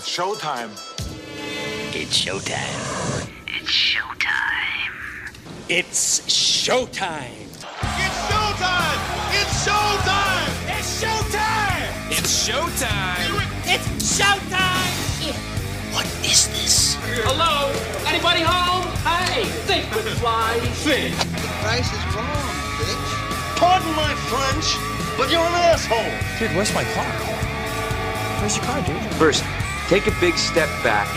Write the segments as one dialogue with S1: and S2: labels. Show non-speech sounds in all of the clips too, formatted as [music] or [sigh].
S1: showtime.
S2: It's showtime.
S3: It's showtime.
S4: It's
S2: It's showtime.
S4: showtime! It's showtime!
S5: It's showtime!
S6: It's showtime!
S5: It's showtime!
S2: What is this?
S6: Hello? Anybody home? Hey, think with fly. Think.
S7: The price is wrong, bitch.
S8: Pardon my French, but you're an asshole.
S9: Dude, where's my car? Where's your car, dude?
S10: First, take a big step back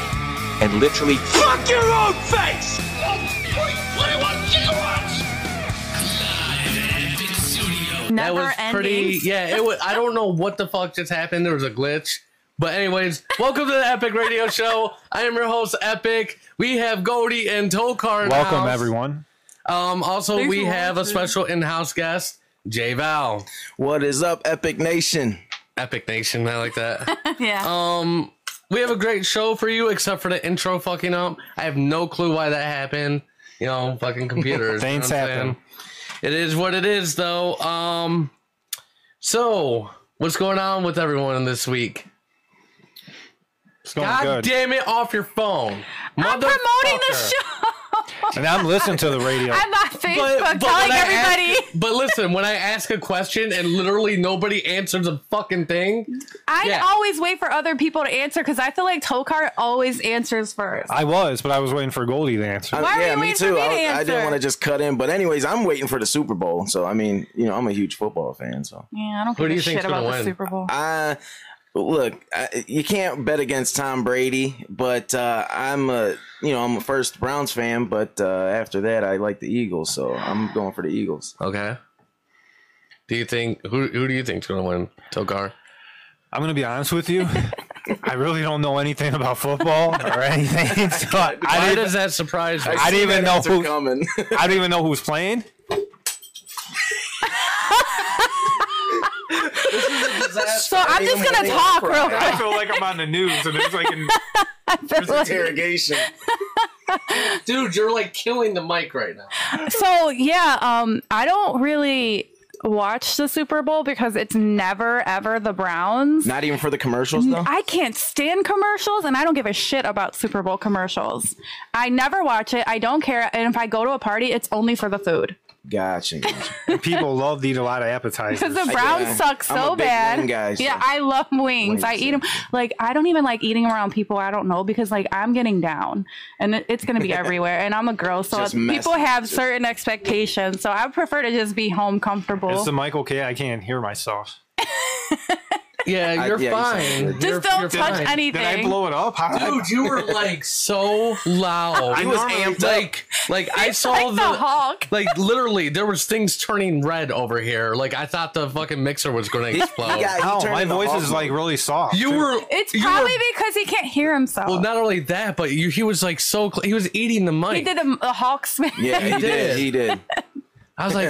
S10: and literally fuck your own face!
S11: Never that was ending. pretty. Yeah,
S12: [laughs]
S11: it was. I don't know what the fuck just happened. There was a glitch. But anyways, welcome to the Epic Radio Show. I am your host, Epic. We have Goldie and Tokar.
S13: Welcome everyone.
S11: Um, also, Thanks we have watching. a special in-house guest, J Val.
S14: What is up, Epic Nation?
S11: Epic Nation. I like that. [laughs]
S12: yeah.
S11: Um, we have a great show for you, except for the intro fucking up. I have no clue why that happened. You know, fucking computers.
S13: Things you know happen.
S11: It is what it is, though. Um, so what's going on with everyone this week? God good. damn it! Off your phone.
S12: I'm promoting the show.
S13: and I'm listening to the radio.
S12: I'm on Facebook but, but telling everybody.
S11: Ask, but listen, when I ask a question and literally nobody answers a fucking thing,
S12: I yeah. always wait for other people to answer because I feel like Tokar always answers first.
S13: I was, but I was waiting for Goldie to answer.
S12: I, Why yeah, me too. Me
S14: I,
S12: to
S14: I, didn't want to just cut in, but anyways, I'm waiting for the Super Bowl. So I mean, you know, I'm a huge football fan. So
S12: yeah, I don't give do a shit about win? the Super Bowl.
S14: I, look, I, you can't bet against Tom Brady, but uh, I'm a you know I'm a first Browns fan, but uh, after that I like the Eagles, so I'm going for the Eagles.
S11: Okay. Do you think who who do you think's going to win, Tokar?
S13: I'm going to be honest with you. I really don't know anything about football or anything. So I,
S11: Why does that surprise me?
S13: I, I didn't even know who.
S14: [laughs]
S13: Coming. I didn't even know who was playing.
S12: So I'm just gonna talk real quick. I
S13: feel like I'm on the news and it's like an
S14: there's like... interrogation.
S11: Dude, you're like killing the mic right now.
S12: [laughs] So yeah, um, I don't really watch the Super Bowl because it's never ever the Browns.
S14: Not even for the commercials though.
S12: Mm, I can't stand commercials and I don't give a shit about Super Bowl commercials. I never watch it. I don't care. And if I go to a party, it's only for the food.
S14: Gotcha.
S13: People love to eat a lot of appetizers.
S12: Because the browns yeah, suck so bad.
S14: Guy, so.
S12: Yeah, I love wings. wings I eat them. Like I don't even like eating around people. I don't know because like I'm getting down, and it,
S14: [laughs]
S12: it's gonna be everywhere. And I'm a girl, so people have just... certain expectations. So I prefer to just be home comfortable.
S13: It's the Michael K. I can't hear myself.
S11: Yeah, you're I, yeah, fine.
S12: You just
S11: you're,
S12: don't
S11: you're
S12: touch fine. anything.
S13: Did I blow it up?
S11: How Dude, you were like so loud.
S14: I was amped
S11: like,
S14: up.
S11: Like I saw like
S12: the, the Hulk.
S11: like literally, there was things turning red over here. Like I thought the fucking mixer was going to explode.
S13: yeah, oh, my voice is like really soft.
S11: You too. were.
S12: It's
S11: you
S12: probably were, because he can't hear himself.
S11: Well, not only that, but you, he was like so. Cl- he was eating the mic.
S12: He did a, a Hulk smash. [laughs]
S11: [laughs]
S14: Yeah, he, he did. He did.
S11: I was like,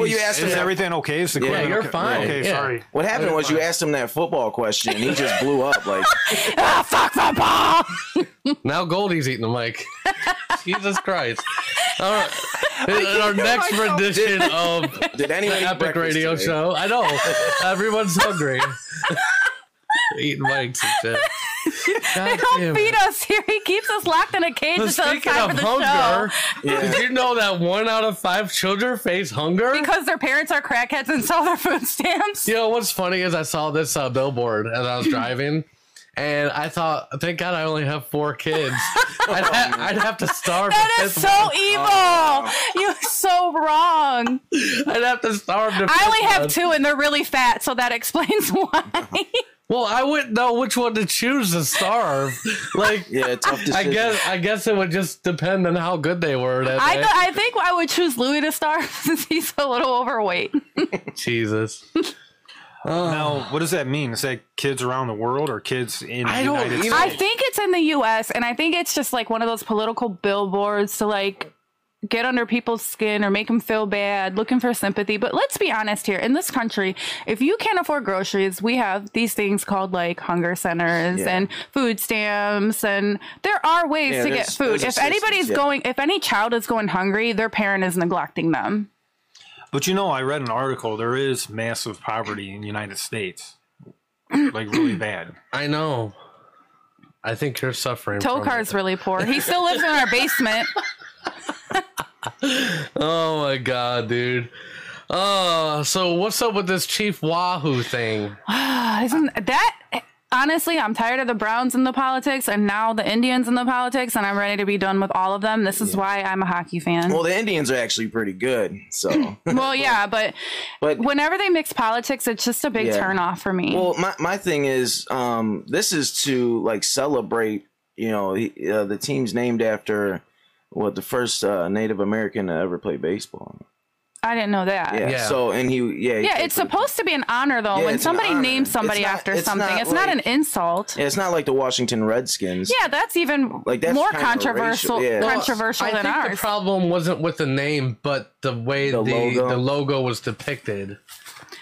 S13: [laughs] Well, you asked him, is everything okay? Is
S11: yeah, you're
S13: okay?
S11: fine.
S13: Okay,
S11: yeah.
S13: sorry.
S14: What happened was fine. you asked him that football question, and he just blew up
S12: [laughs]
S14: like,
S12: ah, fuck
S11: football. now Goldie's eating the mic. [laughs] Jesus Christ! All right,
S12: [laughs]
S11: in our next rendition did, of
S14: did
S11: the Epic Radio today? Show, I know
S13: [laughs]
S11: everyone's hungry, [laughs] eating mics and shit.
S12: [laughs] God He'll feed us here. He keeps us locked in a cage but until it's time for the hunger,
S11: show. Yeah. Did you know that one out of five children face hunger
S12: because their parents are crackheads and sell their food stamps?
S11: You know what's funny is I saw this uh, billboard as
S12: [laughs]
S11: I was driving. and I thought, thank God I only have four
S12: [laughs]
S11: kids. I'd, ha- I'd have to starve.
S12: Oh, That is so one. evil. Oh. You're so wrong.
S11: I'd have to starve. To
S12: I only one. have two, and they're really fat, so that explains [laughs] why.
S11: Well, I wouldn't know which one to choose to
S12: [laughs]
S11: starve. Like,
S14: yeah, tough
S11: [laughs]
S14: decision.
S11: I guess I guess it would just depend on how good they were. That
S12: I
S11: th-
S12: I think I would choose Louis to starve [laughs] since he's a little overweight.
S11: Jesus. Uh.
S13: Oh. Now, what does that mean? Is that kids around the world or kids in I the United States?
S12: I think it's in the U.S. and I think it's just like one of those political billboards to like get under people's skin or make them feel bad, looking for sympathy. But let's be honest here. In this country, if you can't afford groceries, we have these things called like hunger centers yeah. and food stamps and there are ways yeah, to get food. If anybody's yeah. going if any child is going hungry, their parent is neglecting them.
S13: But you know, I read an article there is massive
S11: [clears throat]
S13: poverty in the United States. like really bad.
S11: I know. I think you're suffering. from
S12: Tokar's really poor. He still lives in our basement.
S11: it. Oh my god, dude. Uh, so what's up with this Chief Wahoo thing?
S12: Isn't that honestly? I'm tired of the Browns in the politics, and now the Indians in the politics, and I'm ready to be done with all of them. This is why I'm a hockey fan.
S15: Well, [laughs] the Indians are actually pretty good.
S12: [laughs]
S15: So
S12: well, yeah, but, whenever they mix politics, it's just a big
S15: Yeah.
S12: turnoff for me.
S15: Well, my, my thing is, um, this is to like celebrate. You know, he- uh, the team's named after what the first uh, Native American to ever play baseball.
S12: I didn't know that.
S15: Yeah. So and he, yeah, he
S12: Yeah,
S15: played
S12: it's
S15: for the-
S12: supposed to be an honor though.
S15: Yeah,
S12: when
S15: it's an
S12: somebody
S15: honor.
S12: names somebody
S15: It's not-
S12: after
S15: it's
S12: something,
S15: not
S12: it's not an
S15: like-
S12: insult.
S15: Yeah, it's not like the Washington Redskins.
S12: Yeah, that's even
S15: Like, that's
S12: more
S15: kinda
S12: controversial
S15: racial, yeah. Well,
S12: controversial
S11: I
S12: than
S11: think
S12: ours.
S11: the problem wasn't with the name, but the way the, the, logo.
S15: logo.
S11: was depicted.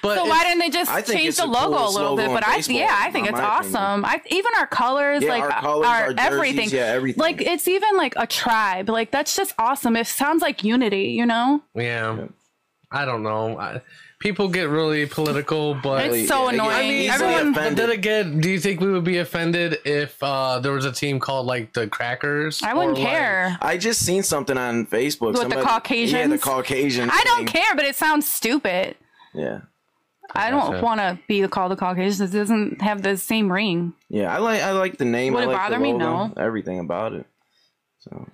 S11: But
S12: so
S11: it-
S12: why didn't they just
S11: I think
S12: change
S11: it's
S12: the
S11: the
S12: logo a
S11: coolest
S12: little
S11: logo
S12: bit?
S11: in
S12: But I,
S11: baseball,
S12: yeah, I think
S15: in
S12: it's
S15: my opinion.
S12: awesome. I even our colors,
S15: Yeah,
S12: like
S15: our colors,
S12: our,
S15: our jerseys,
S12: everything.
S15: yeah, everything.
S12: Like it's even like a tribe. Like that's just awesome. It sounds like unity, you know?
S11: Yeah. I don't know. I, people get really political, but
S12: It's so Yeah, they get annoying.
S11: I mean,
S12: easily
S11: everyone. But
S12: offended.
S11: then again, do you think we would be offended if uh, there was a team called like the Crackers?
S12: I wouldn't
S11: Or, like-
S12: care.
S15: I just seen something on Facebook.
S12: With the
S15: Yeah, the
S12: Caucasians?
S15: Caucasian.
S12: I don't
S15: thing.
S12: care, but it sounds stupid.
S15: Yeah.
S12: I don't
S15: Gotcha.
S12: want to be called a Caucasian. It doesn't have the same ring.
S15: Yeah, I like I like the name.
S12: Would
S15: I
S12: it
S15: like
S12: bother
S15: the
S12: me?
S15: logo,
S12: No.
S15: Everything about it. So.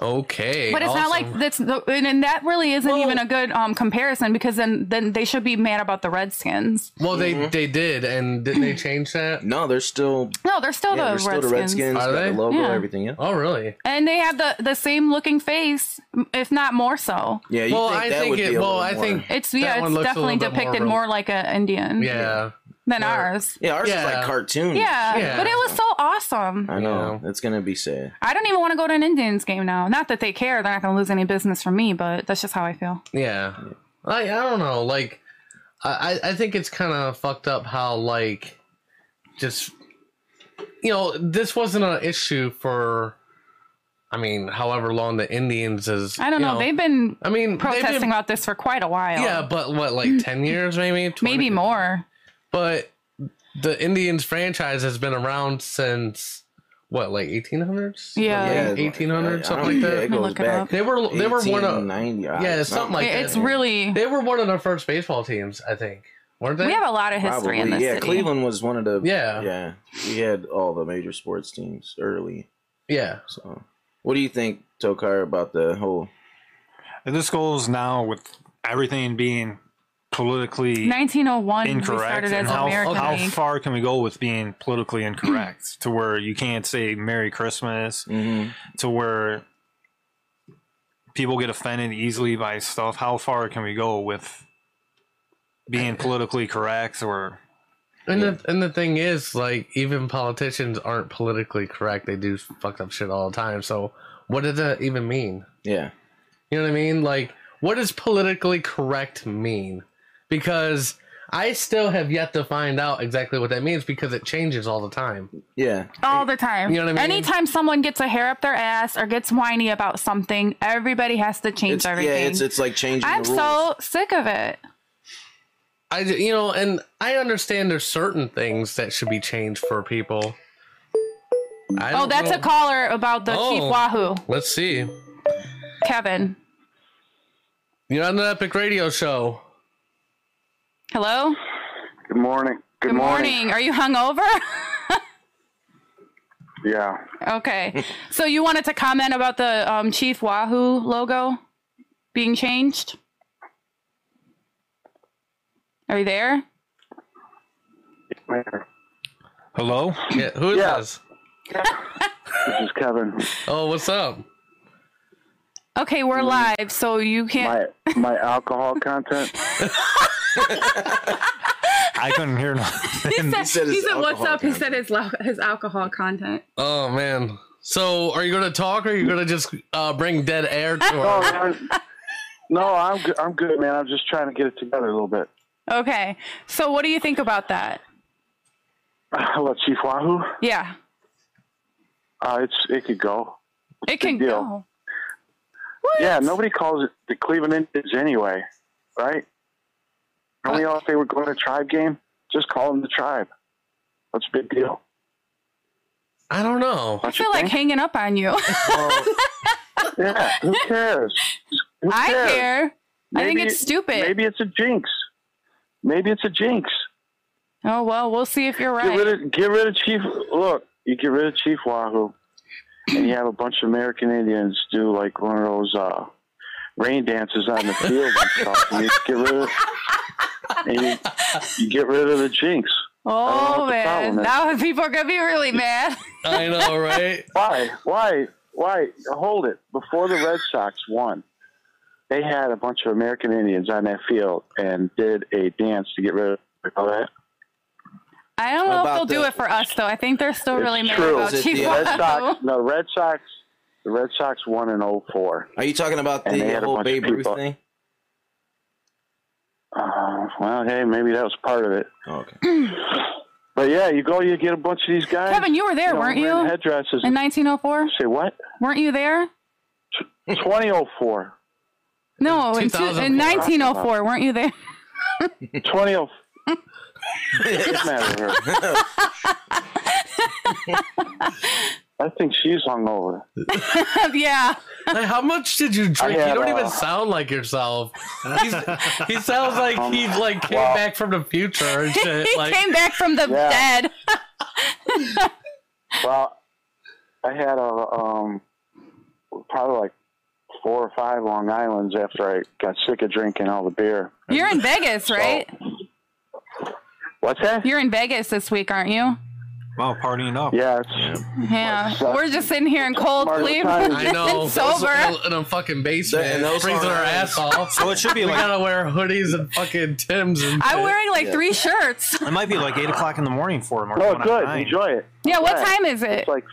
S11: Okay.
S12: But it's not like that's the, and, and that really isn't even a good um, comparison because then then they should be mad about the Redskins.
S11: Well, they
S15: Mm-hmm.
S11: they did, and didn't they change
S15: [clears throat]
S11: that?
S15: No, they're still
S12: No, they're still,
S15: yeah,
S12: the,
S15: they're still
S12: Redskins.
S15: the Redskins.
S11: Are
S15: got
S11: they?
S15: The logo,
S12: Yeah.
S15: everything. Yeah.
S11: Oh, really?
S12: and they have the the same looking face, m- if not more so.
S15: Yeah. You
S11: Well,
S15: think
S11: I
S15: that
S11: think
S15: would
S11: it-
S15: be a
S11: well,
S15: little
S11: I
S15: more-
S11: think-
S12: It's
S11: That
S12: yeah,
S11: one
S12: it's
S11: looks a
S12: definitely
S11: little bit more
S12: depicted
S11: real-
S12: more, like an Indian
S11: Yeah.
S12: than ours.
S15: Yeah, ours is
S11: Yeah.
S15: like cartoon.
S12: Yeah, but it was so awesome.
S15: I know. It's gonna be sad.
S12: I don't even want to go to an Indians game now. Not that they care; they're not going to lose any business from me. But that's just how I feel.
S11: Yeah. I I don't know. Like, I I I think it's kind of fucked up how like, just, you know, this wasn't an issue for. I mean, however long the Indians is.
S12: I don't
S11: you
S12: know. They've been
S11: I mean
S12: protesting about this for quite a while.
S11: Yeah, but what
S12: [clears throat]
S11: like ten years maybe? 20?
S12: maybe more.
S11: But the Indians franchise has been around since what like eighteen hundreds?
S12: Yeah.
S11: eighteen hundred
S15: uh, I don't-
S11: something like
S15: yeah,
S11: that.
S15: it goes Look it back up.
S11: They were they were one of
S15: 1890, I
S11: yeah
S15: don't
S11: something
S15: know.
S11: like
S15: It-
S11: that.
S12: it's really-
S11: they were one of the first baseball teams I think. Weren't they?
S12: We have a lot of history in this
S15: yeah,
S12: city.
S15: Cleveland was one of the.
S11: Yeah.
S15: Yeah. We had all the major sports teams early.
S11: Yeah.
S15: So, what do you think, Tokar, about the whole?
S13: This goes now with everything being politically
S12: 1901 we
S13: incorrect.
S12: started
S13: and
S12: as
S13: how,
S12: American
S13: how
S12: League.
S13: far can we go with being politically incorrect to where you can't say Merry Christmas,
S11: Mm-hmm.
S13: to where people get offended easily by stuff? How far can we go with being politically correct or
S11: And the and the thing is, like, even politicians aren't politically correct. They do fucked up shit all the time. So what does that even mean?
S15: Yeah.
S11: You know what I mean? Like, what does politically correct mean? Because I still have yet to find out exactly what that means because it changes all the time.
S15: Yeah.
S12: all the time.
S11: You know what I mean?
S12: Anytime someone gets a hair up their ass or gets whiny about something, everybody has to change
S15: It's, yeah,
S12: everything.
S15: it's it's like changing.
S12: I'm
S15: the rules.
S12: so sick of it.
S11: I ju- you know, and I understand there's certain things that should be changed for people. I
S12: Oh,
S11: don't
S12: that's
S11: know-
S12: a caller about the Chief
S11: Oh,
S12: Wahoo,
S11: Let's see.
S12: Kevin.
S11: You're on the Epic Radio Show.
S12: Hello.
S1: Good morning. Good,
S12: Are you hungover? [laughs]
S1: Yeah.
S12: okay. so you wanted to comment about the um, Chief Wahoo logo being changed? Are you there?
S13: Hello?
S11: Yeah, who is
S1: Yeah.
S11: this?
S1: This is Kevin.
S11: Oh, what's up?
S12: Okay, we're live, so you
S1: My
S12: can't.
S1: my alcohol content.
S13: I couldn't hear [laughs] nothing.
S12: [laughs] he said, he said what's up? He said his, lo- his alcohol content.
S11: Oh man. So are you gonna talk or are you gonna just uh, bring dead air to
S1: [laughs]
S12: [laughs]
S1: No,
S11: our
S1: Oh, man. no, I'm good. I'm good, man. I'm just trying to get it together a little bit. [laughs]
S12: Okay. So what do you think about that?
S1: Hello, Chief Wahoo.
S12: Yeah.
S1: Uh, it's it could go.
S12: It can
S1: Big deal.
S12: go.
S1: Yeah, nobody calls it the Cleveland Indians anyway, right? Don't
S12: Uh,
S1: we all say we're going to a tribe game? Just call them the tribe. What's a big deal?
S11: I don't know.
S12: I feel like hanging up on
S1: [laughs]
S12: you.
S1: yeah,
S12: [laughs]
S1: who cares? Who
S12: I
S1: cares?
S12: care. I think
S1: Maybe-
S12: it's stupid.
S1: Maybe it's a jinx. Maybe it's a jinx.
S12: Oh well, we'll see if you're
S1: Get
S12: right.
S1: rid of get rid of Chief. Look, you get rid of Chief Wahoo, and you have a bunch of American Indians do like one of those uh, rain dances on the field and stuff. And you get rid of and you, you get rid of the jinx.
S12: Oh man,
S1: problem is.
S12: now [laughs] people are gonna be
S1: [laughs]
S12: really mad.
S11: I know, right?
S1: Why? Why? Why? Hold it. Before the Red Sox won, they had a bunch of American Indians on that field and did a dance to get rid of all that.
S12: I don't know if
S1: About
S12: they'll do
S1: the-
S12: it for us though. I think they're still really mad
S1: True.
S12: about
S1: The
S12: Chief [laughs]
S1: Red
S12: Wahoo.
S1: Sox. No, the Red Sox. The Red Sox won in 04.
S14: Are you talking about
S1: And
S14: the
S1: they had a
S14: whole
S1: bunch of
S14: Babe Ruth
S1: people-
S14: thing?
S1: Uh, well, hey, maybe that was part of it.
S14: okay.
S1: But yeah, you go, you get a bunch of these guys.
S12: Kevin, you were there,
S1: know,
S12: weren't you?
S1: wearing Headdresses.
S12: In 1904,
S1: [laughs] Say what?
S12: weren't you there?
S1: 2004.
S12: No, in, two, in 1904, weren't you there? [laughs]
S1: 2004. What's the matter with her? I think she's hungover.
S12: yeah.
S11: Like, how much did you drink?
S1: had,
S11: you don't even
S1: uh,
S11: sound like yourself. He's, he sounds like he like came back from the future and shit.
S12: [laughs] he
S11: like,
S12: came back from the
S1: Yeah.
S12: dead.
S1: Well, I had a um, probably like four or five Long Island's after I got sick of drinking all the beer.
S12: You're
S1: [laughs]
S12: in Vegas, right?
S1: What's that?
S12: You're in Vegas this week, aren't you?
S13: Wow, Oh, partying up.
S1: Yeah.
S12: Yeah. We're just sitting here
S1: [laughs]
S12: in cold Cleveland,
S11: I know.
S12: and [laughs] sober.
S11: In a fucking basement,
S14: And those
S11: freezing
S14: are-
S11: our ass off.
S13: So it should be
S11: we
S13: like-
S11: gotta wear hoodies and fucking Tims. And
S12: I'm
S11: shit.
S12: wearing like three shirts.
S13: It might be like eight o'clock in the morning for him. Or
S1: Oh,
S13: going on
S1: good.
S13: nine.
S1: Enjoy it.
S12: Yeah, what
S1: Yeah.
S12: time is it?
S1: It's like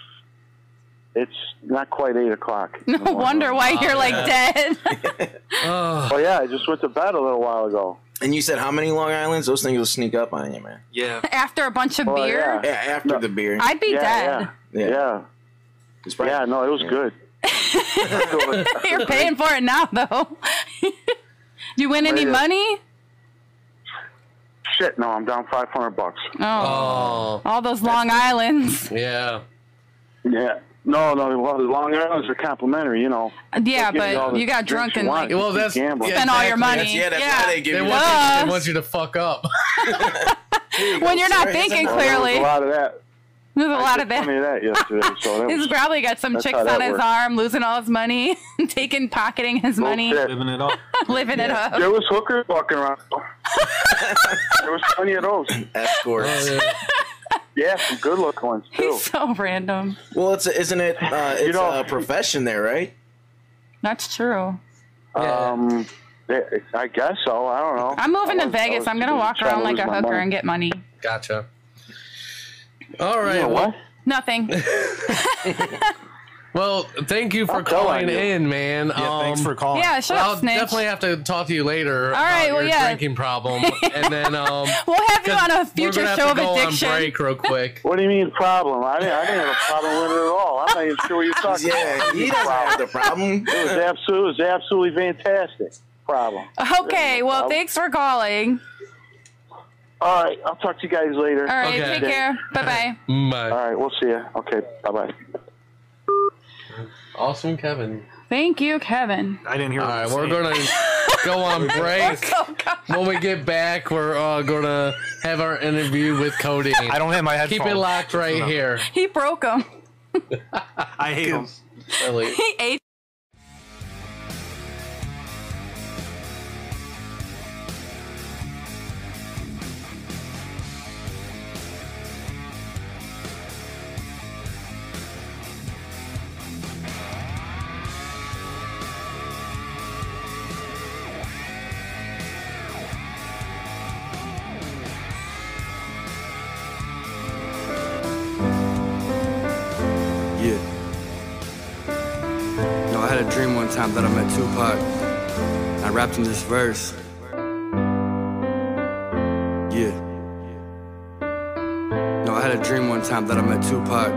S1: it's not quite eight o'clock.
S12: [laughs] No wonder why
S11: Oh,
S12: you're like
S11: yeah.
S12: dead.
S1: Oh yeah, I just went to bed a little while ago.
S14: [laughs] And you said how many Long Islands? Those things will sneak up on you, man.
S10: Yeah.
S12: After a bunch of
S1: Well,
S12: beer,
S14: Yeah, after the beer.
S12: I'd be
S1: Oh, yeah,
S12: dead.
S1: yeah,
S14: Yeah.
S1: yeah,
S14: It's probably-
S1: yeah. No, it was
S14: Yeah.
S1: good.
S12: [laughs] you're paying for it now, though. [laughs] you win any
S1: Right.
S12: money?
S1: Shit, no, I'm down five hundred bucks.
S12: Oh,
S11: Oh,
S12: all those Long
S11: [laughs]
S12: Islands.
S11: yeah.
S1: Yeah. No, no, well, the Long Island's are complimentary, you know.
S12: Yeah,
S1: They'll give all
S12: but
S1: the
S12: you got
S1: drinks
S12: drunk
S1: you
S12: and
S1: want
S12: like
S1: if
S11: Well,
S1: you
S11: that's-
S1: gamble.
S11: yeah.
S12: spent all your
S11: Exactly.
S12: money.
S14: yeah, that's why they give
S11: They
S14: you.
S11: want,
S12: Duh.
S11: you, they want you to fuck up. [laughs]
S12: when you're not
S14: Sorry, it's
S12: thinking
S14: a-
S1: Well, there was
S12: [laughs] clearly.
S1: a lot of that.
S12: There's a lot of
S1: Plenty
S12: that.
S1: of that yesterday.
S12: [laughs]
S1: So that
S12: He's
S1: was
S12: probably got some
S1: That's
S12: chicks
S1: how that
S12: on his
S1: works.
S12: arm, losing all his money, [laughs] taking, pocketing his money,
S1: bullshit.
S13: Living it up.
S12: living it up.
S1: There was hookers
S12: [laughs]
S1: walking around. there was plenty of those.
S14: Escorts.
S11: Oh, yeah.
S1: Yeah, some good looking ones too.
S12: He's so random.
S14: Well, it's a, isn't it? Uh, it's
S1: know-
S14: a profession there,
S1: [laughs]
S14: right?
S12: That's true.
S1: Um, they- I guess so. I don't know.
S12: I'm moving
S1: I
S12: to
S1: was- I
S12: Vegas.
S1: was
S12: I'm gonna walk
S1: trying to
S12: around like
S1: lose
S12: a
S1: my
S12: hooker
S1: money.
S12: and get money.
S11: Gotcha. All right.
S1: You know what?
S11: well- [laughs]
S12: Nothing.
S11: Well, thank you for
S1: I'm telling
S11: calling
S1: you.
S11: in, man.
S13: Yeah,
S11: um,
S13: thanks for calling.
S12: yeah, shut
S11: I'll
S12: up, snitch.
S11: definitely have to talk to you later about
S12: right, well,
S11: your
S12: yeah.
S11: drinking
S12: [laughs]
S11: problem, and then um,
S12: We'll have you on a
S11: we're
S12: future
S11: gonna have
S12: show
S11: to
S12: of
S11: go
S12: addiction.
S11: on
S12: [laughs]
S11: break real quick.
S1: What do you mean problem? I didn't, I didn't have a problem with it at all. I'm not even sure what you're talking
S14: Yeah,
S1: about.
S14: he doesn't have the problem.
S1: It was absolutely, it was absolutely fantastic. Problem.
S12: Okay,
S11: Oh.
S12: well, thanks for calling.
S1: All right, I'll talk to you guys later.
S12: All right,
S11: Okay.
S12: take care. Bye bye.
S11: My
S1: All right, we'll see you. Okay, bye bye.
S11: awesome, Kevin.
S12: Thank you, Kevin.
S13: I didn't hear.
S11: All
S13: what
S11: right,
S13: you
S11: we're
S13: said.
S11: gonna go on
S12: [laughs]
S11: break.
S12: So Oh, God.
S11: When we get back, we're uh, gonna have our interview with Cody.
S13: I don't have my headphones.
S11: Keep it locked right
S13: enough.
S11: here.
S12: He broke him.
S13: I hate them.
S11: Ellie.
S12: He ate.
S16: Yeah. No, I had a dream one time that I met Tupac. I rapped him this verse. Yeah. No, I had a dream one time that I met Tupac.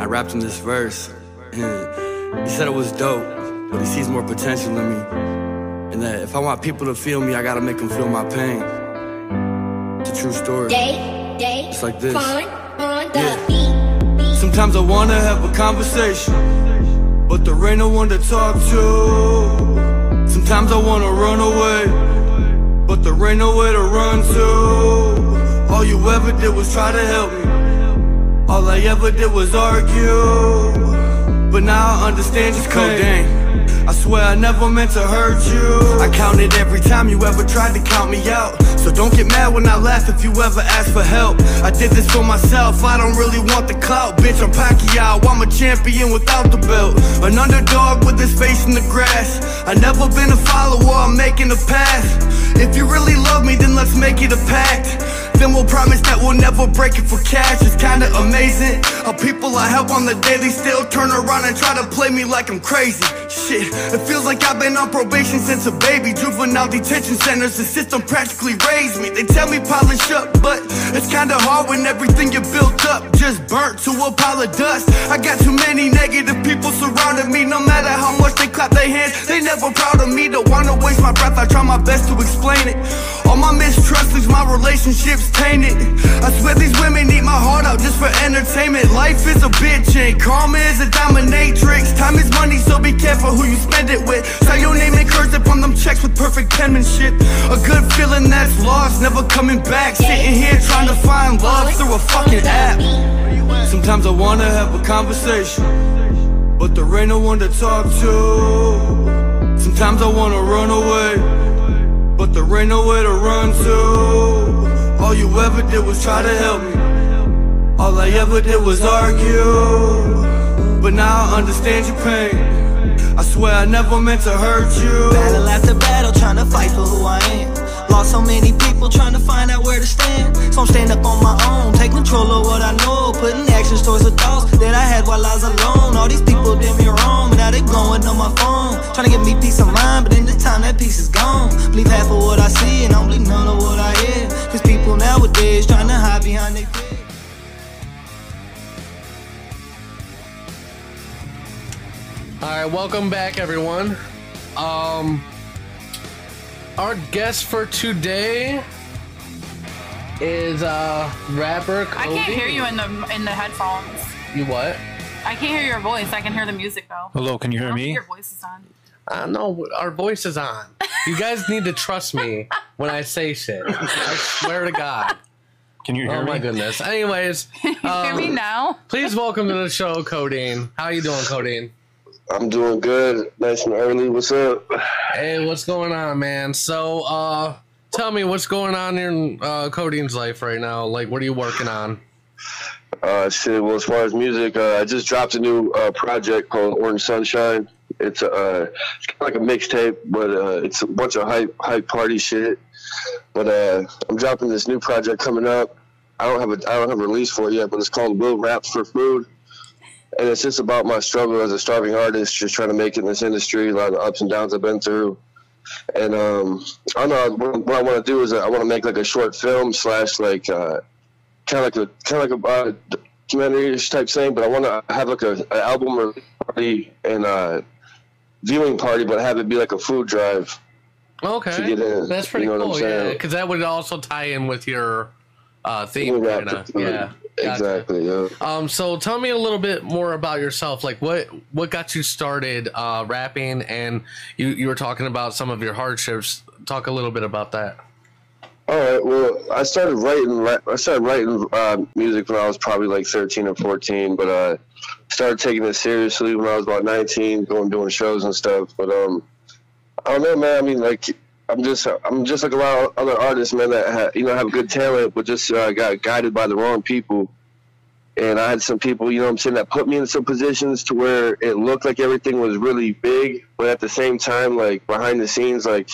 S16: I rapped him this verse. [laughs] he said it was dope, but he sees more potential in me. And that if I want people to feel me, I gotta make them feel my pain. It's a true story.
S17: Day, day,
S16: It's like this.
S17: on, on the
S16: Yeah.
S17: beat, beat.
S16: Sometimes I wanna have a conversation, but there ain't no one to talk to. Sometimes I wanna run away, but there ain't nowhere to run to. All you ever did was try to help me. All I ever did was argue. But now I understand just codeine. I swear I never meant to hurt you. I counted every time you ever tried to count me out. So don't get mad when I laugh if you ever ask for help. I did this for myself, I don't really want the clout. Bitch, I'm Pacquiao, I'm a champion without the belt. An underdog with his face in the grass. I never been a follower, I'm making a path. If you really love me, then let's make it a pact. Then we'll promise that we'll never break it for cash. It's kinda amazing. How people I help on the daily still turn around and try to play me like I'm crazy. Shit, it feels like I've been on probation since a baby. Juvenile detention centers, the system practically raised me. They tell me polish up, but it's kinda hard when everything you built up just burnt to a pile of dust. I got too many negative people surrounding me. No matter how much they clap their hands, they never proud of me. Don't wanna waste my breath, I try my best to explain it. All my mistrust leaves my relationships tainted. I swear these women eat my heart out just for entertainment. Life is a bitch and karma is a dominatrix. Time is money, so be careful who you spend it with. Sign your name and curse upon them checks with perfect penmanship. A good feeling that's lost, never coming back. Sitting here trying to find love through a fucking app. Sometimes I wanna have a conversation, but there ain't no one to talk to. Sometimes I wanna run away, but there ain't nowhere to run to. All you ever did was try to help me. All I ever did was argue. But now I understand your pain. I swear I never meant to hurt you.
S17: Battle after battle, trying to fight for who I am. Lost so many people trying to find out where to stand. So I'm stand up on my own, take control of what I know. Putting actions towards the thoughts that I had while I was alone. All these people did me wrong, but now they blowing on my phone. Trying to give me peace of mind, but in the time that peace is gone. Believe half of what I see, and I don't believe none of what I hear. Cause people nowadays trying to hide behind their fear.
S11: All right, welcome back, everyone. Um, our guest for today is uh rapper.
S12: I
S11: Cody.
S12: can't hear you in the in the headphones.
S11: You what?
S12: I can't hear your voice. I can hear the music though.
S13: Hello, can you
S12: I
S13: hear
S12: don't
S13: me?
S12: think Your voice is on.
S11: I don't know. Our voice is on. You guys need to trust me when I say shit. I swear to [laughs] God.
S13: Can you hear
S11: oh
S13: me?
S11: my goodness. Anyways,
S12: hear
S11: um,
S12: me now?
S11: please welcome to the show, Codeine. How you doing, Codeine?
S15: I'm doing good. Nice and early. What's up?
S11: Hey, what's going on, man? So, uh, tell me what's going on in uh, Codeine's life right now. Like, what are you working on?
S15: Uh, shit. Well, as far as music, uh, I just dropped a new uh, project called Orange Sunshine. It's uh, it's kind of like a mixtape, but uh, it's a bunch of hype hype party shit. But uh, I'm dropping this new project coming up. I don't have a I don't have a release for it yet, but it's called Will Raps for Food, and it's just about my struggle as a starving artist, just trying to make it in this industry. A lot of ups and downs I've been through. And um, I don't know what, what I want to do is uh, I want to make like a short film slash like uh, kind of like a kind of like a uh, documentary type thing, but I want to have like a, a album or party and uh, viewing party, but have it be like a food drive. To
S11: Okay,
S15: get in,
S11: that's pretty
S15: you know what I'm
S11: cool. Yeah,
S15: saying?
S11: because that would also tie in with your uh, theme,
S15: Rap
S11: kinda.
S15: to food.
S11: Yeah. Gotcha.
S15: exactly. Yeah.
S11: Um, so tell me a little bit more about yourself. Like, what what got you started uh, rapping? And you you were talking about some of your hardships. Talk a little bit about that.
S15: All right. Well, I started writing. ra- I started writing uh, music when I was probably like 13 or 14, but uh, started taking it seriously when I was about 19, going doing shows and stuff. But um, I don't know, man. I mean, like, I'm just, I'm just like a lot of other artists, man, that ha- you know have good talent, but just uh, got guided by the wrong people. And I had some people, you know, what I'm saying, that put me in some positions to where it looked like everything was really big, but at the same time, like behind the scenes, like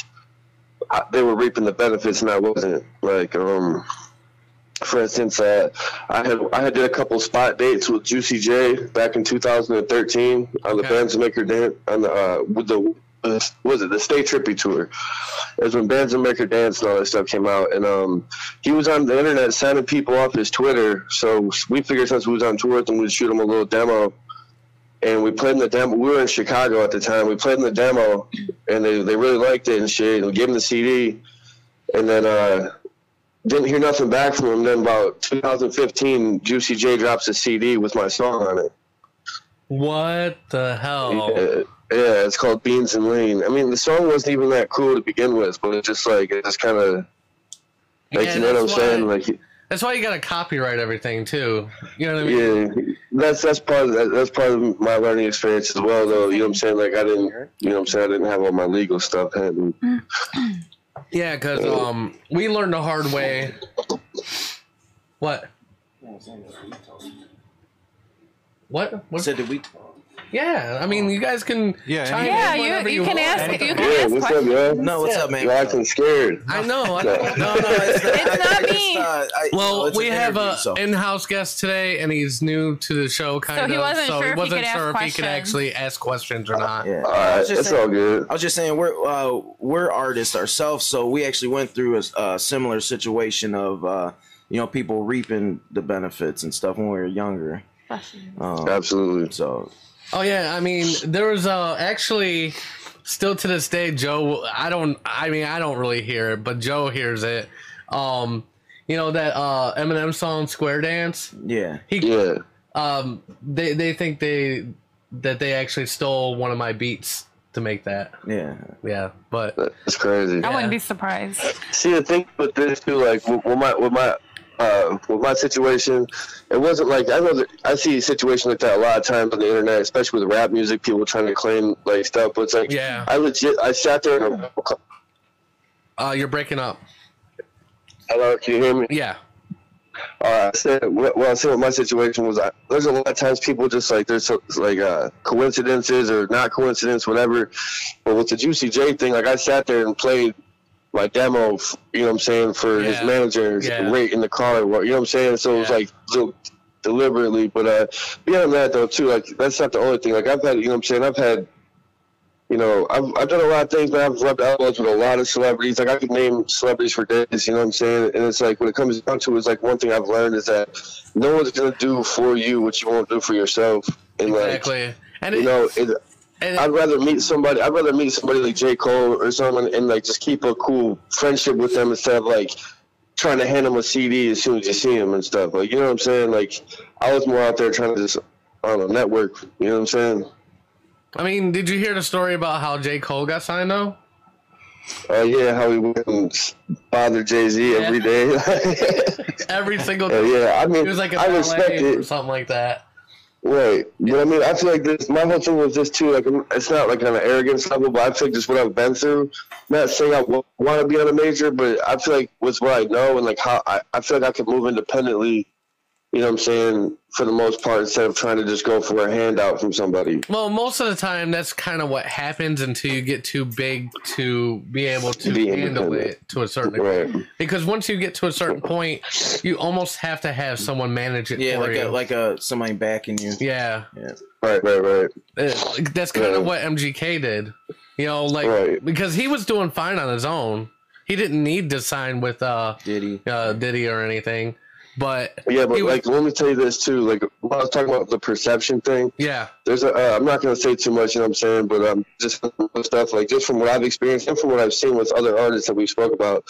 S15: I, they were reaping the benefits and I wasn't. Like, um, for instance, uh, I had I had did a couple spot dates with Juicy J back in 2013 on the Banzamaker dance on the uh, with the uh, was it the Stay Trippy tour? It was when Banzamaker Dance and all that stuff came out, and um, he was on the internet signing people off his Twitter. So we figured since we was on tour with him, we'd shoot him a little demo and we played in the demo. We were in Chicago at the time. We played in the demo, and they, they really liked it and shit. And we gave them the CD, and then uh, didn't hear nothing back from him. Then about 2015, Juicy J drops a CD with my song on it.
S11: What the hell?
S15: Yeah, yeah, it's called Beans and Lean. I mean, the song wasn't even that cool to begin with, but it's just like it just kind of like
S11: Yeah,
S15: you know what I'm
S11: that's
S15: saying?
S11: why-
S15: Like
S11: That's why you gotta copyright everything too. You know what I mean?
S15: yeah, that's that's part of that, that's part of my learning experience as well. Though you know what I'm saying? Like I didn't, you know what I'm saying? I didn't have all my legal stuff. And,
S11: Yeah, because um, we learned the hard way. What? What? what?
S14: Said did we?
S11: Yeah, I mean, you guys can. chime in
S12: Yeah, you-
S11: whenever
S12: you can
S11: want.
S12: ask- you can
S15: yeah, what's up, yo?
S14: No, what's up, man?
S15: You're acting scared.
S11: I know. I
S15: So-
S11: know.
S14: [laughs]
S11: well, we have a in-house guest today, and he's new to the show, kind of.
S12: he wasn't sure if he could ask
S11: sure if he could
S12: questions.
S11: actually ask questions or not.
S14: Yeah.
S15: I was just it's saying- all good.
S14: I was just saying we're uh, we're artists ourselves, so we actually went through a, uh, a similar situation of uh, you know people reaping the benefits and stuff when we were younger. Um,
S15: Absolutely.
S14: So
S11: Oh yeah, I mean, there was uh, actually still to this day, Joe. I don't. I mean, I don't really hear it, but Joe hears it. Um, you know that uh, Eminem song "Square Dance."
S14: yeah,
S11: He,
S15: yeah.
S11: Um, they they think they that they actually stole one of my beats to make that.
S14: yeah,
S11: Yeah, but
S15: it's crazy.
S12: I wouldn't be surprised.
S15: See the thing with this too, like with, with my with my uh, with my situation, it wasn't like I know that I see situations like that a lot of times on the internet, especially with rap music, people trying to claim like stuff. But it's like
S11: Yeah.
S15: I legit I sat there and
S11: Uh, you're breaking up.
S15: hello, can you hear me?
S11: Yeah.
S15: Uh, I said what, what I said with my situation was I, there's a lot of times people just like there's so- like uh, coincidences or not coincidence, whatever. But with the Juicy J thing, like I sat there and played my demo, f- you know what I'm saying, for his manager
S11: Yeah.
S15: right in the car, you know what I'm saying? So it was like del- deliberately, but uh, beyond that though too, like that's not the only thing. Like I've had, you know what I'm saying, I've had, you know, I've, I've done a lot of things, but I've rubbed elbows with a lot of celebrities. Like I could name celebrities for days, you know what I'm saying? And it's like when it comes down to it, it's like one thing I've learned is that no one's gonna do for you what you won't do for yourself. And
S11: Exactly.
S15: like,
S11: and
S15: you know, it, I'd rather meet somebody. I'd rather meet somebody like J. Cole or someone, and like just keep a cool friendship with them instead of like trying to hand them a CD as soon as you see them and stuff. Like you know what I'm saying? Like I was more out there trying to just I don't know network. You know what I'm saying?
S11: I mean, did you hear the story about how J Cole got signed though?
S15: Oh yeah, how we went and bothered Jay Z every day. [laughs]
S11: Every single
S15: Yeah, yeah, I mean,
S11: it was like a
S15: I respect
S11: ballet or
S15: it.
S11: something like that.
S15: Right, but I mean, I feel like this. My whole thing was this too. Like, I'm- it's not like on an arrogance level, but I feel like just what I've been through. Not saying I want to be on a major, but I feel like with what I know and like how I, I feel like I can move independently. You know what I'm saying? For the most part, instead of trying to just go for a handout from somebody.
S11: Well, most of the time, that's kind of what happens until you get too big to be able to
S15: Be
S11: handle
S15: independent.
S11: it to a certain degree. Because once you get to a certain point, you almost have to have someone manage it
S14: yeah,
S11: for
S14: like
S11: you.
S14: a, like a somebody backing you.
S11: yeah,
S14: Yeah.
S15: Right, right, right.
S11: Uh, that's kind of what MGK did. You know, like because he was doing fine on his own. He didn't need to sign with uh
S14: Diddy,
S11: uh, Diddy or anything. But
S15: Yeah, but
S11: he was-
S15: like, let me tell you this too. Like, when I was talking about the perception thing.
S11: yeah,
S15: There's a, uh, I'm not going to say too much, you know what I'm saying, but um, just from the stuff like just from what I've experienced and from what I've seen with other artists that we spoke about,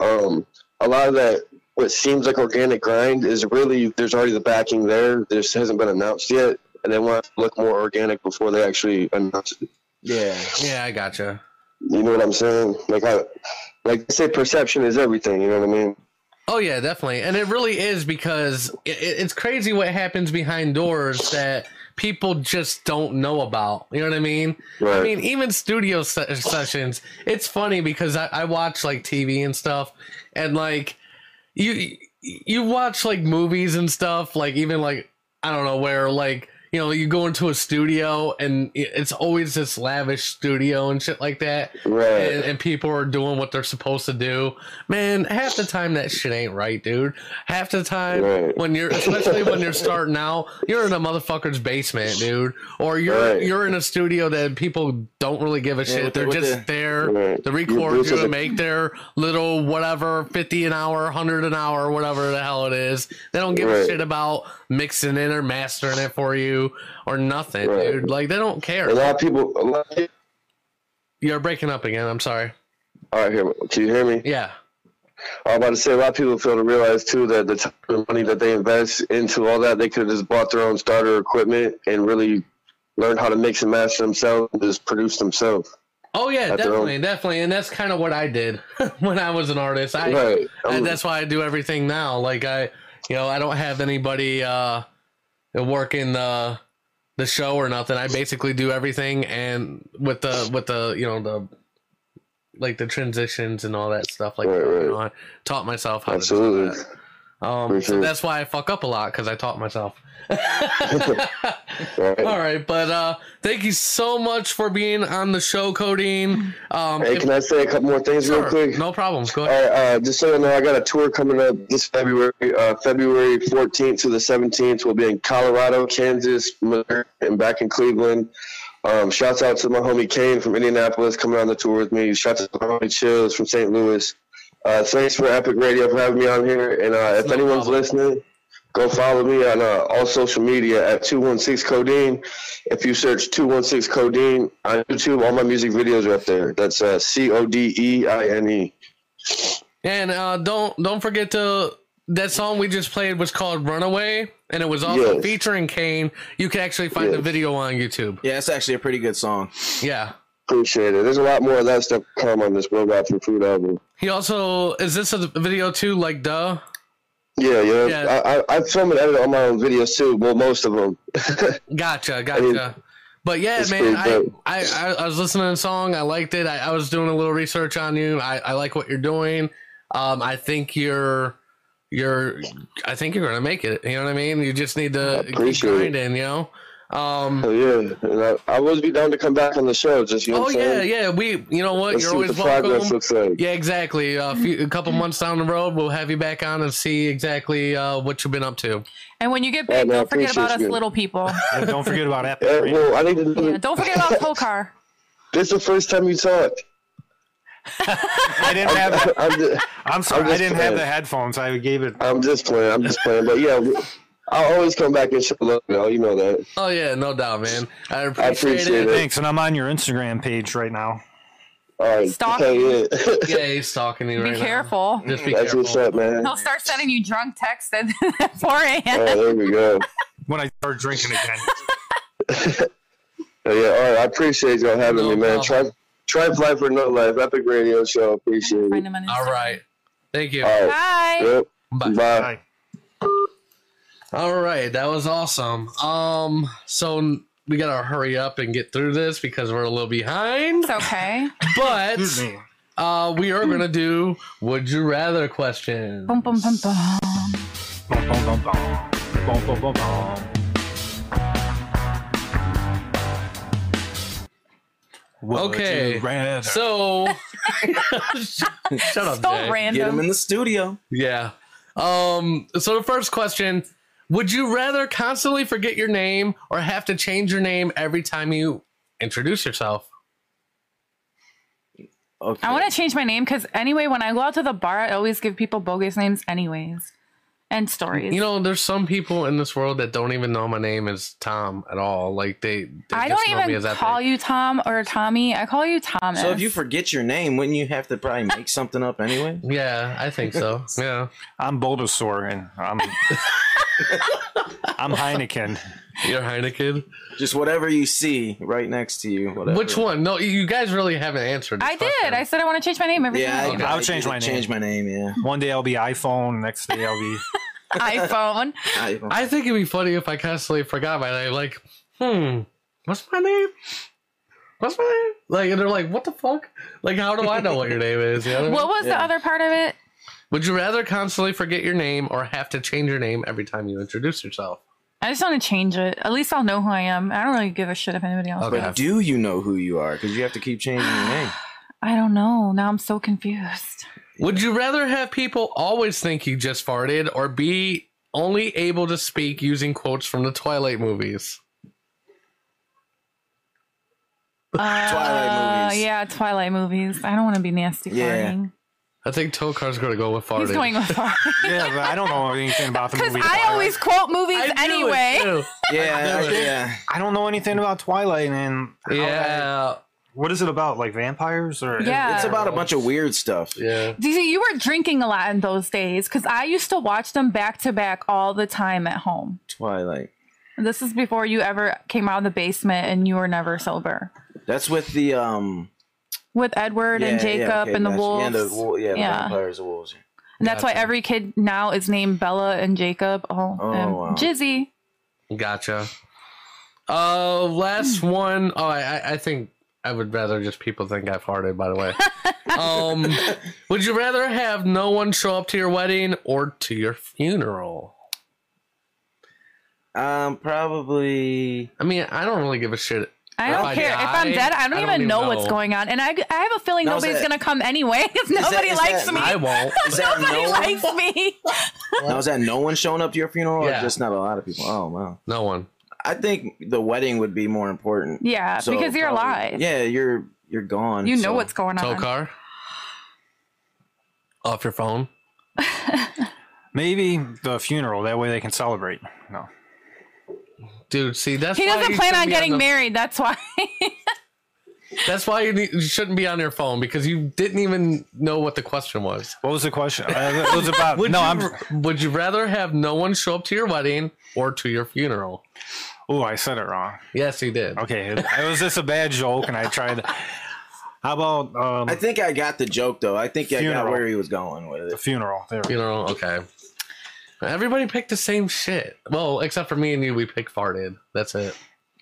S15: um, a lot of that what seems like organic grind is really there's already the backing there. This hasn't been announced yet, and they want it to look more organic before they actually announce it.
S14: Yeah.
S11: Yeah, I gotcha.
S15: You know what I'm saying? Like I, like they say, perception is everything. You know what I mean?
S11: Oh yeah, definitely, and it really is because it, it- it's crazy what happens behind doors that people just don't know about. You know what I mean? I
S15: Right.
S11: mean, even studio
S15: [laughs]
S11: se- sessions. It's funny because I, I watch like TV and stuff, and like you you watch like movies and stuff, like even like I don't know where like you know you go into a studio and it- it's always this lavish studio and shit like that,
S15: Right.
S11: And, and people are doing what they're supposed to do. Man, half the time that shit ain't right, dude. Half the time
S15: Right.
S11: when you're especially when you're starting out, you're in a motherfucker's basement, dude, or you're
S15: Right.
S11: you're in a studio that people don't really give a
S15: Yeah,
S11: shit.
S15: with the-
S11: they're
S15: with
S11: just
S15: the-
S11: there
S15: Right.
S11: to
S15: Your
S11: record
S15: boots
S11: you and
S15: are the-
S11: make their little whatever fifty an hour, hundred an hour, whatever the hell it is. They don't give a
S15: Right.
S11: shit about mixing it or mastering it for you or nothing,
S15: Right.
S11: dude. Like they don't care.
S15: A lot of people. A lot of people
S11: You're breaking up again. I'm sorry.
S15: all right, here. Can you hear me?
S11: Yeah.
S15: I'm about to say a lot of people fail to realize too that the time and money that they invest into all that they could have just bought their own starter equipment and really learned how to mix and match themselves and just produce themselves.
S11: Oh yeah, definitely, definitely, and that's kind of what I did [laughs] when I was an artist. I,
S15: Right.
S11: I- that's why I do everything now. Like I, you know, I don't have anybody uh, working the the show or nothing. I basically do everything and with the with the you know the like the transitions and all that stuff. Like that. You know, I taught myself how
S15: Absolutely.
S11: to do that. Um,
S15: For
S11: so
S15: sure.
S11: that's why I fuck up a lot because I taught myself.
S15: Right.
S11: All right, but uh, thank you so much for being on the show, Codeine. Um,
S15: Hey,
S11: if-
S15: can I say a couple more things
S11: Sure,
S15: real quick?
S11: No problem. Go
S15: All
S11: ahead.
S15: right, uh, just so you know, I got a tour coming up this February, uh, February 14th to the 17th. We'll be in Colorado, Kansas, Missouri, and back in Cleveland. Um, shouts out to my homie Kane from Indianapolis coming on the tour with me. Shouts out to my homie Chills from St. Louis. Uh, thanks for Epic Radio for having me on here. And uh, if anyone's listening, go follow me on uh, all social media at 216 Codeine. If you search 216 Codeine on YouTube, all my music videos are up there. That's uh, C O D E I N E.
S11: And uh, don't don't forget to that song we just played was called "Runaway," and it was also
S14: Yes.
S11: featuring Kane. You can actually find the
S14: Yes.
S11: video on YouTube.
S14: Yeah, it's actually a pretty good song.
S11: Yeah.
S15: Appreciate it. There's a lot more of that stuff to come on this Robot for Food album.
S11: He also is this a video too? Like duh.
S15: Yeah, yeah.
S11: Yeah.
S15: I, I, I film and edit all my own videos too. Well, most of them.
S11: Gotcha,
S15: mean,
S11: gotcha. But yeah,
S15: it's
S11: man, I,
S15: pretty dope.
S11: I, I, I was listening to the song. I liked it. I, I was doing a little research on you. I, I like what you're doing. Um, I think you're you're I think you're gonna make it. You know what I mean? You just need to keep
S15: appreciate it.
S11: grinding, you know? Um,
S15: Hell [laughs] yeah. And I, I always be down to come back on the show. Just you know.
S11: Oh
S15: what I'm
S11: yeah,
S15: saying?
S11: yeah. We, you know what?
S15: Let's
S11: You're
S15: see what
S11: always
S15: the progress
S11: welcome.
S15: looks Mm-hmm. like.
S11: Yeah, exactly. Uh, a, few, a couple months down the road, we'll have you back on and see exactly uh, what you've been up to.
S12: And when you get
S11: Yeah,
S12: big,
S11: man, I
S12: don't forget about us
S11: appreciate you. [laughs]
S12: little people.
S11: don't forget about that.
S15: Yeah, well, I need to.
S12: Yeah, don't forget
S15: [laughs]
S12: about Pokar.
S15: This is the first time you talk.
S13: I didn't have.
S15: [laughs] I'm, just,
S13: I'm sorry,
S15: I'm just
S13: I didn't have
S15: playing.
S13: the headphones. I gave it.
S15: I'm just playing. I'm just playing. But yeah, we- I'll always come back and show love. Now you know that.
S11: Oh yeah, no doubt, man. I appreciate,
S15: I appreciate it.
S13: Thanks, and I'm on your Instagram page right now.
S15: All right,
S12: Stalk hell
S15: yeah. [laughs]
S11: yeah, he's stalking you
S12: Be
S11: right
S12: careful.
S11: now. Just be
S15: That's what's
S11: careful.
S15: up, man.
S12: He'll start sending you drunk texts at [laughs] 4 a.m.
S15: Oh, there we go.
S13: When I start drinking again.
S15: Oh, yeah, all right. I appreciate y'all having
S11: No
S15: me, man. Try, try fly for no life. Epic radio show. Appreciate it.
S11: All right. Thank you.
S15: All right. Yep.
S11: Bye.
S15: Bye.
S11: All right, that was awesome. Um, so we gotta hurry up and get through this because we're a little behind.
S12: It's okay.
S11: But uh, we are gonna do would you rather question.
S12: Bum, bum, bum, bum.
S13: Bum, bum, bum, bum. Bum, bum, bum, bum. Would
S11: Okay,
S13: you rather?
S11: so [laughs] shut up,
S12: So
S11: Jay.
S12: random. Get him in
S14: the studio.
S11: Yeah. Um. So the first question: Would you rather constantly forget your name or have to change your name every time you introduce yourself?
S14: Okay.
S12: I want to change my name because anyway, when I go out to the bar, I always give people bogus names, anyways, and stories.
S11: You know, there's some people in this world that don't even know my name is Tom at all. Like they, they
S12: I
S11: just
S12: don't
S11: know me
S12: even
S11: as that.
S12: call you Tom or Tommy. I call you Thomas.
S14: So if you forget your name, wouldn't you have to probably make something
S13: [laughs]
S14: up anyway?
S11: Yeah, I think
S12: [laughs]
S11: so. Yeah,
S13: I'm Bulbasaur, and I'm I'm Heineken.
S11: You're Heineken.
S14: Just whatever you see right next to you. Whatever.
S11: Which one? No, you guys really haven't answered.
S12: I did. I said I want to change my name every
S14: Yeah,
S12: time.
S13: I would change my name.
S14: Change my name. Yeah.
S13: One day I'll be iPhone. Next day I'll be.
S12: [laughs] iPhone.
S11: I think it'd be funny if I constantly forgot my name. Like, hmm, what's my name? What's my name? Like, and they're like, what the fuck? Like, how do I know what your name is? You know
S12: What was the other part of it?
S11: Would you rather constantly forget your name or have to change your name every time you introduce yourself?
S12: I just want to change it. At least I'll know who I am. I don't really give a shit if anybody else.
S14: But
S12: does.
S14: do you know who you are? Because you have to keep changing
S13: [laughs]
S14: your name.
S12: I don't know. Now I'm so confused.
S11: Would you rather have people always think you just farted or be only able to speak using quotes from the Twilight movies?
S12: Twilight movies. Uh, Yeah, Twilight movies. I don't want to be nasty.
S11: Yeah.
S12: farting.
S11: I think Tokar's gonna go with farting. [laughs]
S12: He's going with farting.
S13: yeah, but I don't know anything about
S12: [laughs]
S13: the
S12: Because
S13: movie.
S12: I always quote movies anyway. [laughs]
S13: I don't know anything about Twilight, and
S11: Yeah.
S13: What is it about? Like vampires or
S12: Yeah.
S14: It's about a bunch of weird stuff.
S13: Yeah.
S12: DZ, you were drinking a lot in those days because I used to watch them back to back all the time at home.
S14: Twilight.
S12: This is before you ever came out of the basement and you were never sober.
S14: That's with the um
S12: With Edward and
S14: yeah, yeah,
S12: Jacob
S14: okay,
S12: and the
S14: gotcha.
S12: wolves.
S14: Yeah, the wol- yeah, the
S12: Yeah.
S14: vampires, the wolves.
S12: And that's why every kid now is named Bella and Jacob. Oh,
S11: Oh,
S12: and
S11: wow.
S12: Jizzy.
S11: Gotcha. Uh, last
S12: Hmm.
S11: one. Oh, I, I- I think I would rather just people think I farted. By the
S12: [laughs]
S11: way, um, would you rather have no one show up to your wedding or to your funeral?
S14: Um, probably.
S11: I mean, I don't really give a shit.
S12: I don't care. if I'm
S11: die,
S12: dead, I don't, even, know, what's going on. And I, I have a feeling
S11: Now, is
S12: nobody's
S11: that-
S12: going to come anyway [laughs] because nobody
S14: is
S12: likes
S14: that-
S12: me.
S14: I won't.
S12: [laughs]
S14: Is that
S12: nobody
S14: no? [laughs]
S12: likes me.
S14: Now is that no one showing up to your funeral,
S11: Yeah.
S14: or just not a lot of people? Oh wow,
S11: no one.
S14: I think the wedding would be more important.
S12: Yeah, because you're alive.
S14: Yeah, you're you're gone.
S12: You know what's going on.
S11: Tokar, off your phone.
S13: Maybe the funeral. That way they can celebrate. No.
S11: Dude, see that's
S12: he
S11: why
S12: doesn't
S11: you
S12: plan
S11: shouldn't
S12: on
S11: be
S12: getting
S11: the-
S12: married.
S11: [laughs]
S12: That's why.
S11: That's why you, need, you shouldn't be on your phone because you didn't even know what the question was.
S13: What was the question? Uh,
S11: [laughs]
S13: it was about.
S11: Would
S13: no,
S11: you,
S13: I'm.
S11: Would you rather have no one show up to your wedding or to your funeral?
S13: Oh, I said it wrong.
S11: Yes, he did.
S13: Okay, it, it was just a bad joke, and I tried. How about? Um,
S14: I think I got the joke though. I think I
S13: Funeral.
S14: got where he was going with
S13: the
S14: it.
S13: funeral. There. we go.
S11: Funeral. Okay. Everybody picked the same shit. Well, except for me and you, we picked farted. That's it.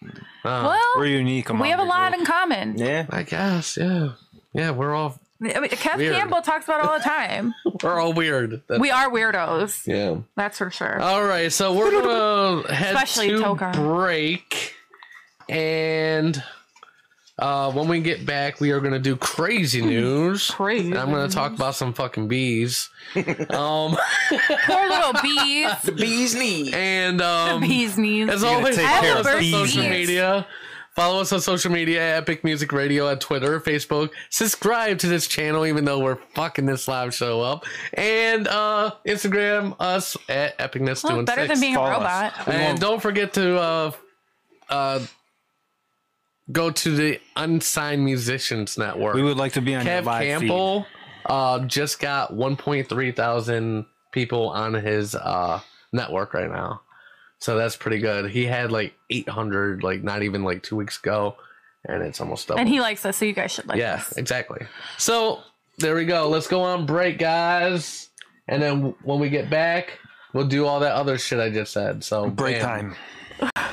S11: Uh,
S12: Well,
S13: We're unique.
S12: we have a lot in common.
S14: Yeah,
S11: I guess. Yeah, yeah. We're all
S12: I mean, Kev
S11: Weird.
S12: Campbell talks about it all
S11: [laughs]
S12: the time.
S11: we're all weird. That's-
S12: we are weirdos.
S11: Yeah.
S12: That's for sure.
S11: [laughs] All right, so we're
S12: [laughs]
S11: gonna head
S12: Especially
S11: to
S12: Tokar.
S11: break, and uh, when we get back, we are gonna do crazy
S12: [laughs]
S11: news.
S12: Crazy.
S11: I'm gonna talk about some fucking bees. um,
S12: Poor little bees.
S14: the bees knees.
S11: And [laughs] um,
S12: bees knees.
S11: As always, follow us on social media. Follow us on social media at Epic Music Radio at Twitter, Facebook. Subscribe to this channel, even though we're fucking this live show up. And uh, Instagram us at Epicness
S12: Well,
S11: doing
S12: better than being a Follow us.
S11: [laughs]
S12: robot.
S11: And don't forget to uh, uh, go to the Unsigned Musicians Network.
S13: We would like to be on your
S11: Kev
S13: live feed.
S11: Campbell uh, just got 1.3 thousand people on his uh, network right now, so that's pretty good. He had like 800, like not even like two weeks ago, and it's almost double.
S12: And he likes us, so you guys should like
S11: yeah,
S12: us.
S11: exactly. So there we go. Let's go on break, guys, and then when we get back, we'll do all that other shit I just said. So
S13: Break
S11: bam.
S13: time.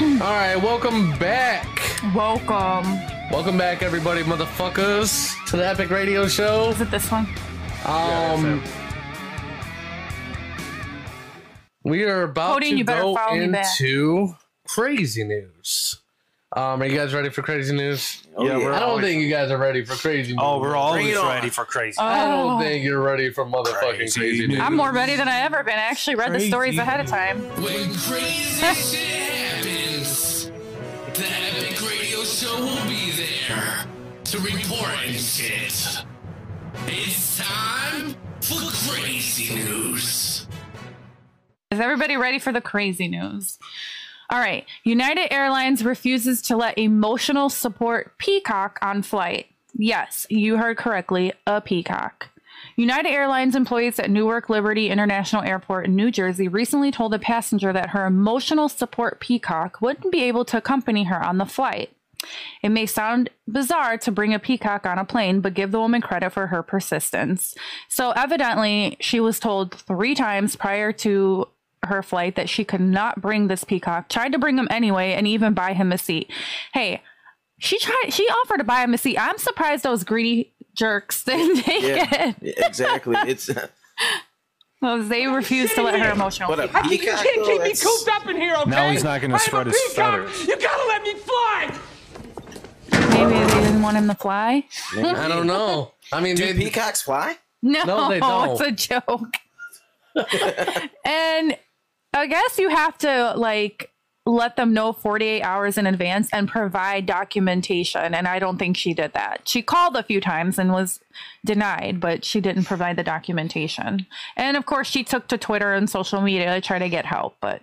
S11: All right, welcome back.
S12: Welcome.
S11: Welcome back, everybody, motherfuckers, to the Epic Radio Show. Is
S12: it this one?
S11: Um, we are about
S12: Cody,
S11: to
S12: you better
S11: go
S12: follow me back.
S11: into crazy news. Um, are you guys ready for crazy news?
S13: Oh, Yeah, yeah. we're
S11: I don't
S13: always-
S11: think you guys are ready for crazy news.
S13: Oh, we're
S11: Bring
S13: always
S11: it on.
S13: ready for crazy.
S11: I
S12: Oh.
S11: don't think you're ready for motherfucking crazy, news.
S12: I'm more ready than I ever been. I actually read the stories
S11: Crazy.
S12: ahead of time.
S2: When crazy shit happens, the Epic Radio Show will be there to report and shit. It's time for crazy news.
S12: Is everybody ready for the crazy news? All right. United Airlines refuses to let emotional support peacock on flight. Yes, you heard correctly, a peacock. United Airlines employees at Newark Liberty International Airport in New Jersey recently told a passenger that her emotional support peacock wouldn't be able to accompany her on the flight. It may sound bizarre to bring a peacock on a plane, but give the woman credit for her persistence. So, evidently, she was told three times prior to her flight that she could not bring this peacock, tried to bring him anyway, and even buy him a seat. Hey, she tried, she offered to buy him a seat. I'm surprised those greedy jerks [laughs] didn't take
S14: Yeah,
S12: it.
S14: exactly. It's [laughs]
S12: Well, they refused to let her emotional.
S14: But a
S12: peacock.
S14: peacock,
S6: You can't keep me cooped up in here, okay?
S13: Now he's not going to spread his feathers.
S6: You gotta let me fly!
S12: Maybe they didn't want him to fly.
S11: I don't know. I mean,
S14: do
S11: they-
S14: peacocks fly?
S12: No,
S11: No, they don't.
S12: [laughs] it's a joke. and I guess you have to like let them know 48 hours in advance and provide documentation and I don't think she did that. She called a few times and was denied, but she didn't provide the documentation. And of course she took to Twitter and social media to try to get help, but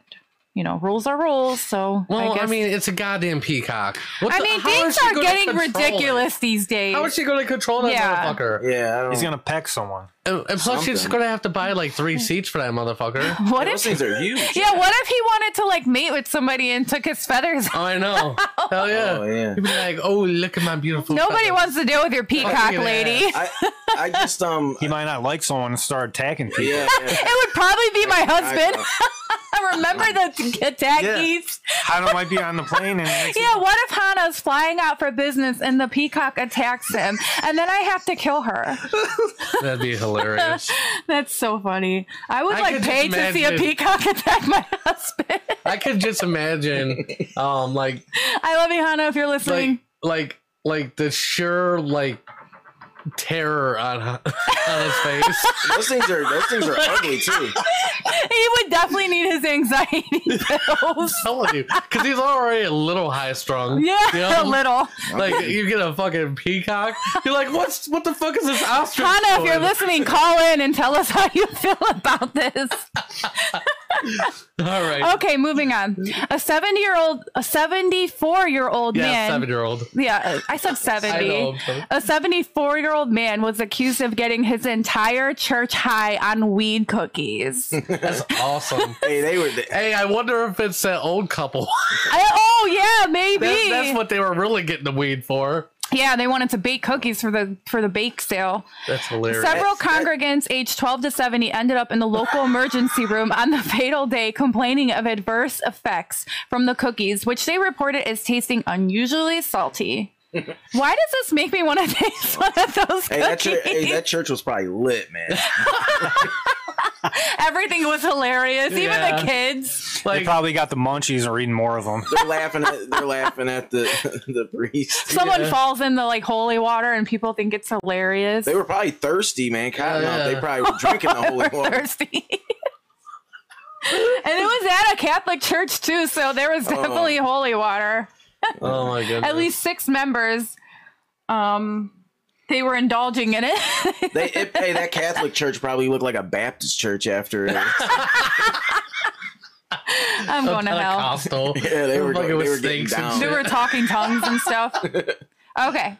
S12: you know, rules are rules, so
S11: Well,
S12: I
S11: I,
S12: guess
S11: mean, it's a goddamn peacock. What
S12: I
S11: the-
S12: mean,
S11: how is
S12: things
S11: she
S12: are
S11: gonna
S12: getting
S11: control it?
S12: ridiculous these days.
S11: How is she going to control that
S12: Yeah.
S11: motherfucker?
S14: Yeah, I don't
S13: He's going to peck someone.
S11: And, and plus, she's
S13: Something.
S11: going to have to buy like
S12: [laughs]
S11: three seats for that motherfucker.
S12: What if
S14: things are huge.
S12: [laughs] Yeah, what if he wanted to like mate with somebody and took his feathers?
S11: Oh, I
S12: [laughs]
S11: know. Hell
S14: Oh,
S11: yeah. You'd be like, oh, look at my beautiful.
S12: Nobody
S11: feathers."
S12: wants to deal with your peacock
S11: Fucking
S12: lady.
S11: ass.
S14: I just um.
S13: He might not like someone and start attacking people.
S14: Yeah,
S12: it would probably be my husband. [laughs] Remember the attackies?
S13: Hannah might be on the plane and
S12: Yeah. what if Hannah's flying out for business and the peacock attacks him and then I have to
S11: [laughs]
S12: kill her?
S11: That'd be hilarious.
S12: That's so funny. I would
S11: I
S12: like
S11: could just
S12: pay to see a
S11: imagine.
S12: peacock [laughs] attack my husband.
S11: I could just imagine, um, like,
S12: I love you, Hannah, if you're listening.
S11: like, like, like the sure, like, terror on [laughs] on his face.
S14: Those things are those things
S12: [laughs]
S14: are ugly too.
S12: he would definitely need his anxiety
S11: [laughs]
S12: pills.
S11: telling you, because he's already a little high strung.
S12: Yeah, [laughs] a little.
S11: Like you get a fucking peacock, you're like, what's what the fuck is this ostrich?
S12: Hannah, if you're
S11: doing?
S12: listening, call in and tell us how you feel about this.
S11: [laughs] All right.
S12: Okay, moving on. A 70 year old, a 74 year old
S11: Yeah,
S12: man.
S11: seven year old.
S12: Yeah, I said 70.
S11: I know, but-
S12: a 74 year old man was accused of getting his entire church high on
S11: [laughs]
S12: weed cookies.
S11: That's awesome.
S14: hey, they were.
S11: Hey, I wonder if it's that old couple. [laughs]
S12: I- oh, yeah, maybe.
S11: That's, that's what they were really getting the weed for.
S12: yeah, they wanted to bake cookies for the for the bake sale.
S11: That's hilarious.
S12: Several congregants aged 12 to 70 ended up in the local emergency room on the [laughs] fatal day complaining of adverse effects from the cookies, which they reported as tasting unusually salty.
S14: [laughs]
S12: Why does this make me want to [laughs] taste one of those cookies?
S14: Hey, that church, hey, that church was probably lit, man.
S12: [laughs] Everything was hilarious, even
S13: Yeah.
S12: the kids.
S13: they probably got the munchies and reading more of them.
S14: They're laughing. At, they're laughing at the [laughs] the priest.
S12: Someone falls in the like holy water and people think it's hilarious.
S14: They were probably thirsty, man. Cotton
S12: Yeah,
S14: mouth,
S12: yeah.
S14: They probably were drinking
S12: [laughs]
S14: the holy
S12: We're
S14: water.
S12: thirsty. [laughs] and it was at a Catholic church too, so there was
S14: Oh.
S12: definitely holy water.
S11: Oh my goodness.
S12: At least six members, um, they were indulging in it. [laughs]
S14: They, it, hey, that Catholic church probably looked like a Baptist church after.
S12: [laughs]
S14: it. Oh.
S12: I'm going to hell.
S11: Pentecostal.
S14: [laughs] yeah, they were.
S11: Fucking
S14: They
S11: with
S14: were getting
S11: snakes and
S14: down.
S12: They were talking tongues and stuff. Okay.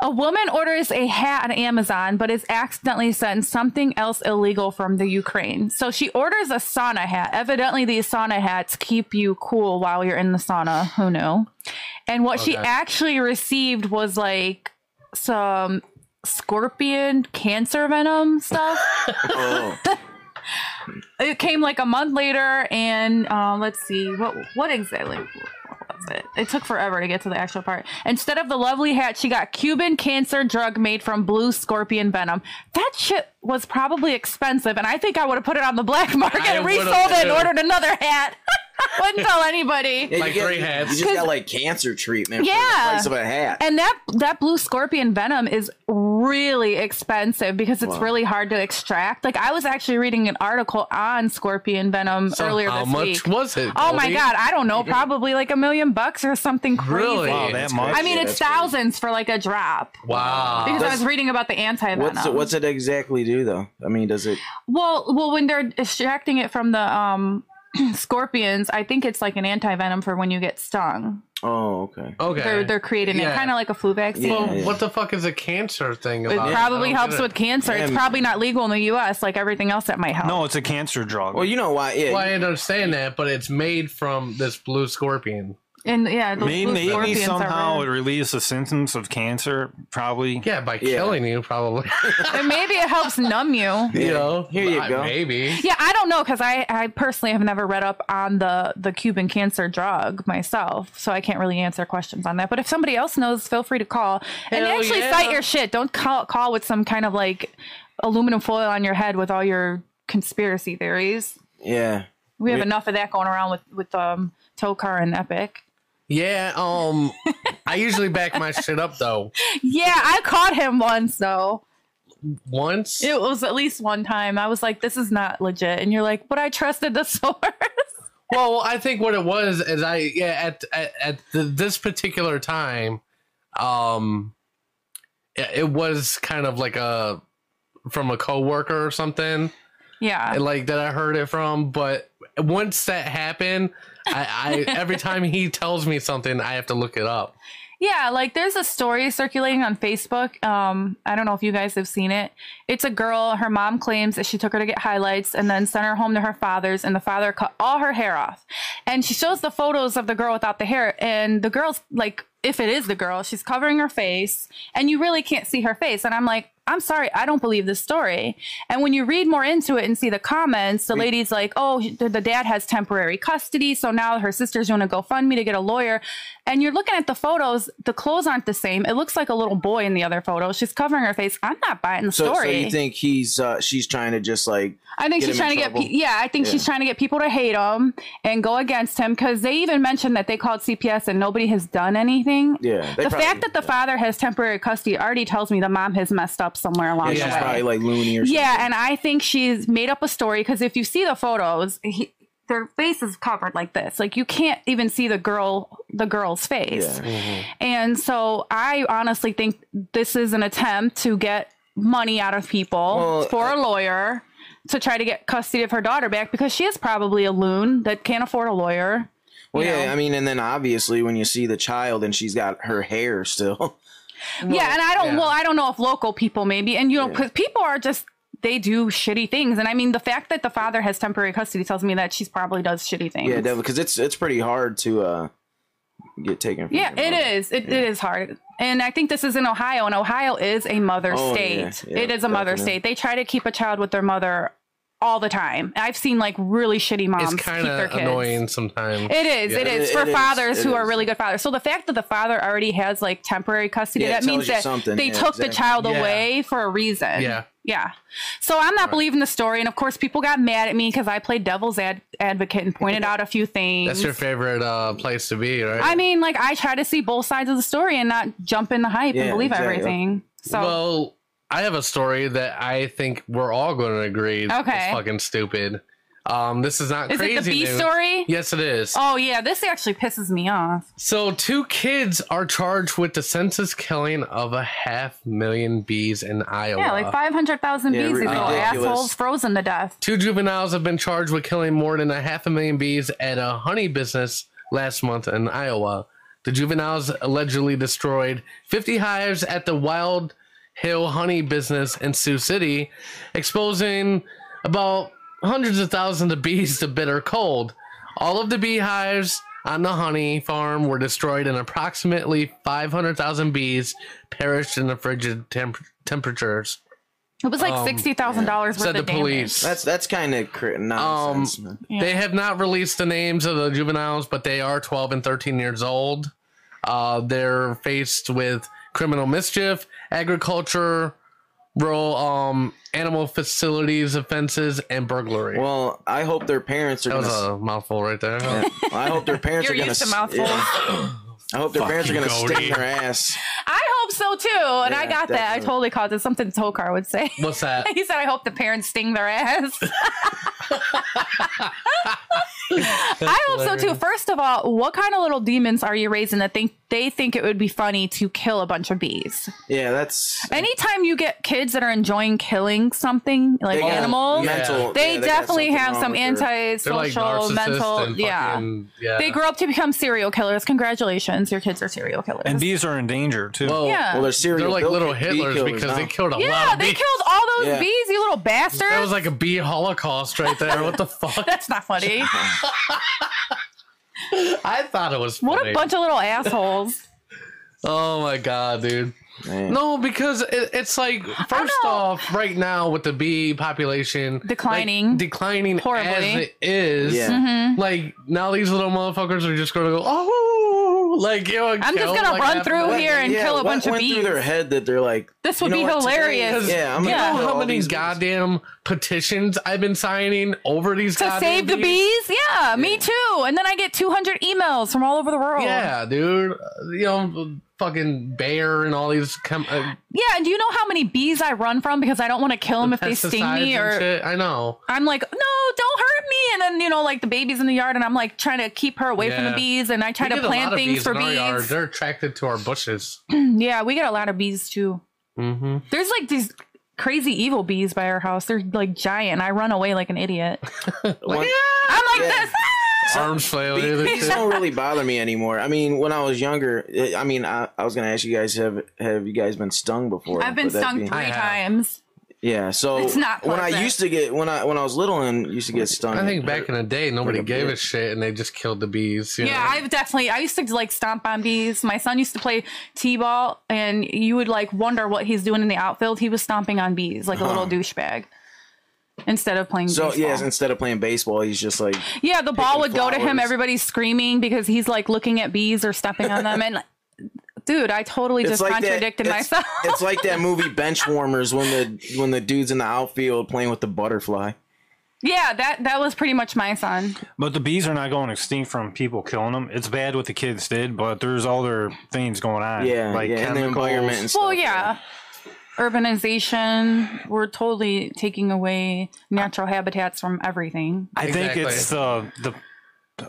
S12: A woman orders a hat on Amazon, but is accidentally sent something else illegal from the Ukraine. So she orders a sauna hat. Evidently, these sauna hats keep you cool while you're in the sauna. Who knew? And what she
S18: Okay.
S12: actually received was like some scorpion cancer venom stuff.
S14: Oh.
S12: it came like a month later, and uh, let's see what what exactly what was it? It took forever to get to the actual part. Instead of the lovely hat, she got Cuban cancer drug made from blue scorpion venom. That shit was probably expensive, and I think I would have put it on the black [laughs] market
S14: I
S12: and
S14: would've
S12: resold it and
S14: too.
S12: ordered another hat. [laughs] Wouldn't tell
S14: Yeah,
S12: anybody.
S14: you get- You just got like cancer treatment. for the
S12: Yeah.
S14: price of a hat.
S12: And that that blue scorpion venom is really expensive because it's
S11: Wow.
S12: really hard to extract. Like I was actually reading an article on scorpion venom
S11: So
S12: earlier
S11: how
S12: this
S11: much
S12: week.
S11: was it?
S12: Oh my
S11: Goldie?
S12: god, I don't know, probably like a million bucks or something crazy.
S11: Really? Wow, that much?
S12: I mean,
S14: That's
S12: it's
S14: crazy.
S12: thousands for like a drop.
S14: Wow.
S12: Because I was reading about the anti venom.
S14: What's it, what's it exactly do though? I mean, does it?
S12: Well, well, when they're extracting it from the um, [clears throat] scorpions, I think it's like an anti venom for when you get stung.
S14: Oh, okay.
S11: Okay.
S12: They're they're creating it kind of like a flu vaccine.
S11: Well, what the fuck is a cancer thing
S12: It
S11: about?
S12: probably
S11: I don't
S12: helps
S11: get it.
S12: with cancer. It's probably not legal in the U.S. like everything else that might help.
S13: No, it's a cancer drug.
S14: Well, you know why?
S11: Well, I understand that, but it's made from this blue scorpion.
S12: And yeah, those
S13: May-
S12: blue
S13: Maybe,
S12: scorpions are
S13: somehow
S12: rare.
S13: it relieves the symptoms of cancer, probably.
S11: Yeah, by killing you, probably. [laughs]
S12: and maybe it helps numb you.
S11: you know,
S14: here you
S11: I-
S14: go.
S11: Maybe.
S12: Yeah, I don't know because I, I personally have never read up on the the Cuban cancer drug myself, so I can't really answer questions on that. But if somebody else knows, feel free to call and
S11: Hell
S12: actually
S11: yeah.
S12: cite your shit. Don't call call with some kind of like aluminum foil on your head with all your conspiracy theories.
S14: Yeah.
S12: We have enough of that going around with with um Tokar and Epic.
S11: Yeah. Um, I usually back my shit up though.
S12: Yeah, I caught him once though.
S11: Once.
S12: It was at least one time. I was like, "This is not legit," and you're like, "But I trusted the [laughs] source."
S11: Well, I think what it was is I yeah at at, at the, this particular time, um, it, it was kind of like a from a coworker or something.
S12: Yeah.
S11: like that I heard it from. But once that happened, I, I every time he tells me something, I have to look it up.
S12: Yeah, like there's a story circulating on Facebook. Um, I don't know if you guys have seen it. It's a girl. Her mom claims that she took her to get highlights and then sent her home to her father's, and the father cut all her hair off. And she shows the photos of the girl without the hair, and the girl's like, if it is the girl, she's covering her face, and you really can't see her face. And I'm like, I'm sorry, I don't believe this story. And when you read more into it and see the comments, the lady's like, oh, the, the dad has temporary custody. So now her sister's doing a GoFundMe to get a lawyer. And you're looking at the photos, the clothes aren't the same. It looks like a little boy in the other photo. She's covering her face. I'm not buying the
S14: So, so
S12: story.
S14: you think he's uh, she's trying to just like?
S12: I think
S14: get
S12: she's
S14: him
S12: trying
S14: in
S12: to get,
S14: trouble?
S12: pe- yeah, I think she's trying to get people to hate him and go against him because they even mentioned that they called CPS and nobody has done anything.
S14: Yeah, they
S12: The
S14: probably-
S12: fact that the father has temporary custody already tells me the mom has messed up somewhere along
S14: Yeah,
S12: the
S14: she's
S12: way.
S14: probably like loony or something.
S12: Yeah, and I think she's made up a story because if you see the photos, he, their face is covered like this. Like you can't even see the girl, the girl's face.
S14: Mm-hmm.
S12: And so I honestly think this is an attempt to get money out of people for a lawyer to try to get custody of her daughter back because she is probably a loon that can't afford a lawyer.
S14: Well, yeah, I mean, and then obviously when you see the child and she's got her hair still. [laughs]
S12: yeah, and I don't.
S14: yeah.
S12: Well, I don't know if local people maybe, and you know, because people are just they do shitty things, and I mean, the fact that the father has temporary custody tells me that she's probably does shitty things.
S14: yeah, definitely, because it's it's pretty hard to uh, get taken. From
S12: Yeah, it is. It, it is hard. And I think this is in Ohio, and Ohio is a mother
S14: Oh, yeah,
S12: state.
S14: yeah,
S12: it is a mother
S14: definitely.
S12: state. They try to keep a child with their mother all the time. I've seen like really shitty moms
S11: it's
S12: keep
S11: kind
S12: their
S11: of
S12: Um, kids.
S11: annoying sometimes.
S12: It is. It is for fathers who
S11: are
S12: are really good fathers. So the fact that the father already has like temporary custody,
S11: Yeah, it
S12: that
S11: tells
S12: means
S11: you
S12: that
S11: something.
S12: they
S11: Yeah,
S12: took the
S11: exactly.
S12: child
S11: Yeah.
S12: away for a reason.
S11: Yeah.
S12: Yeah. So I'm not believing the story, and of course, people got mad at me because I played devil's ad- advocate and pointed out a few things.
S11: That's your favorite uh, place to be, right?
S12: I mean, like I try to see both sides of the story and not jump in the hype and
S11: Yeah,
S12: believe
S11: exactly.
S12: everything. So
S11: well, I have a story that I think we're all going to agree is
S12: Okay.
S11: fucking stupid. Um, this is not
S12: Is it the
S11: crazy.
S12: bee
S11: news.
S12: story?
S11: Yes, it is.
S12: Oh yeah, this actually pisses me off.
S11: So, two kids are charged with the senseless killing of a half million bees in Iowa.
S12: Yeah, like five hundred thousand
S11: Yeah,
S12: bees ago,
S11: ridiculous.
S12: assholes frozen to death.
S11: Two juveniles have been charged with killing more than a half a million bees at a honey business last month in Iowa. The juveniles allegedly destroyed 50 hives at the Wild Hill honey business in Sioux City, exposing about hundreds of thousands of bees to bitter cold. All of the beehives on the honey farm were destroyed, and approximately 500,000 bees perished in the frigid temp- temperatures.
S12: It was like
S11: Um,
S12: sixty thousand dollars worth
S11: Said
S12: of
S11: the
S12: damage.
S11: police.
S14: That's that's kind of cr-
S11: Um,
S14: nonsense. man.
S11: They have not released the names of the juveniles, but they are 12 and 13 years old. Uh, they're faced with criminal mischief, agriculture, rural um, animal facilities offenses, and burglary.
S14: Well, I hope their parents are
S11: that was
S14: [laughs] gonna-
S11: a mouthful right there. huh?
S14: Yeah. I hope their parents
S12: You're
S14: are going
S12: used to
S14: s-
S12: mouthfuls.
S14: I hope their parents are
S11: Fucking
S14: going to
S11: Cody.
S14: stick their ass.
S12: [laughs] I hope so too, and I got that. I
S11: definitely.
S12: totally caught this. Something Tokar would say.
S11: What's
S12: [laughs]
S11: that?
S12: he said, "I hope the parents sting their ass." [laughs] I hope so too.
S11: hilarious.
S12: First of all, what kind of little demons are you raising that think they think it would be funny to kill a bunch of bees?
S14: Yeah, that's
S12: Anytime you get kids that are enjoying killing something like
S14: They got
S12: animals,
S14: mental-
S12: they
S14: yeah, they got
S12: definitely
S14: something
S12: have
S14: wrong
S12: some
S14: with their-
S12: antisocial,
S11: They're like narcissists
S12: mental,
S11: and
S12: yeah.
S11: fucking- yeah.
S12: They grow up to become serial killers. Congratulations, your kids are serial killers.
S13: And bees are in danger too.
S12: Well, Yeah. well, they're serial
S11: Oh, They're like
S12: bill-
S11: little
S12: bee
S11: Hitlers
S13: killers
S11: because
S13: now.
S11: they killed a lot
S12: yeah,
S11: of
S12: they
S11: bees.
S12: killed all those
S11: Yeah.
S12: bees, you little bastards.
S11: That was like a bee holocaust right there.
S12: [laughs]
S11: What the fuck?
S12: That's not funny.
S11: I thought it was funny.
S12: what a bunch of little assholes.
S11: Oh my god, dude. No, because it, it's like first off, right now with the bee population [laughs]
S12: Declining.
S11: like, declining horribly as it is.
S12: Yeah. Mhm.
S11: Like now, these little motherfuckers are just gonna go oh, like you know,
S12: I'm just
S11: kill,
S12: gonna
S11: like,
S12: run
S11: half
S12: through
S11: of them.
S12: Oh, here and Yeah, kill a what bunch of went through bees. their
S14: head that they're like
S12: This would be hilarious.
S14: yeah, I'm
S11: you
S14: gonna
S11: know
S14: kill
S11: how
S14: all
S11: many
S14: these
S11: goddamn petitions I've been signing over these
S12: to
S11: goddamn
S12: save the bees? Yeah, me too. And then I get 200 emails from all over the world.
S11: Yeah, dude. Uh, You know, fucking bear and all these. Com- uh,
S12: Yeah, and do you know how many bees I run from because I don't want to kill them if they sting
S11: pesticides
S12: me
S11: and
S12: or
S11: shit. I know.
S12: I'm like, no, don't hurt me. And then you know, like the baby's in the yard, and I'm like trying to keep her away from the
S11: Yeah.
S12: bees, and I try
S11: We
S12: to
S11: get a lot
S12: plant
S11: of
S12: things for
S11: in our yard.
S12: bees.
S11: They're attracted to our bushes.
S12: [clears throat] yeah, we get a lot of bees too.
S11: Mm-hmm.
S12: There's like these crazy evil bees by our house. They're like giant. I run away like
S14: [laughs]
S12: an idiot.
S14: One-
S12: I'm like this.
S11: Arms flailing.
S14: Be-
S11: and
S14: Bees
S12: [laughs]
S11: shit.
S14: don't really bother me anymore. I mean, when I was younger, eh, I mean, I, I was gonna ask you guys have have you guys been stung before?
S12: I've been
S14: But that'd
S12: stung
S14: be-
S12: three times.
S14: Yeah, so
S12: It's not
S14: when I
S12: pleasant.
S14: used to get when I when I was little and used to get stung.
S11: I think back in the day, nobody
S14: like a
S11: gave a
S14: bitch.
S11: shit, and they just killed the bees. You
S12: Yeah,
S11: know?
S12: I've definitely. I used to like stomp on bees. My son used to play t-ball, and you would like wonder what he's doing in the outfield. He was stomping on bees like a little
S14: Huh.
S12: douchebag instead of playing.
S14: so
S12: baseball.
S14: yes, instead of playing baseball, he's just like
S12: Yeah, the ball would
S14: picking
S12: go to him.
S14: flowers.
S12: Everybody's screaming because he's like looking at bees or stepping on them. And dude, I totally just
S14: like that-
S12: contradicted
S14: it's-
S12: myself. [laughs]
S14: [laughs] It's like that movie Bench Warmers when the when the dude's in the outfield playing with the butterfly.
S12: Yeah, that that was pretty much my son.
S13: But the bees are not going extinct from people killing them. It's bad what the kids did, but there's other things going on.
S14: Yeah,
S13: like
S14: yeah, and the
S13: chemicals.
S14: environment
S12: Well, yeah. Urbanization, we're totally taking away natural habitats from everything.
S13: I think it's the the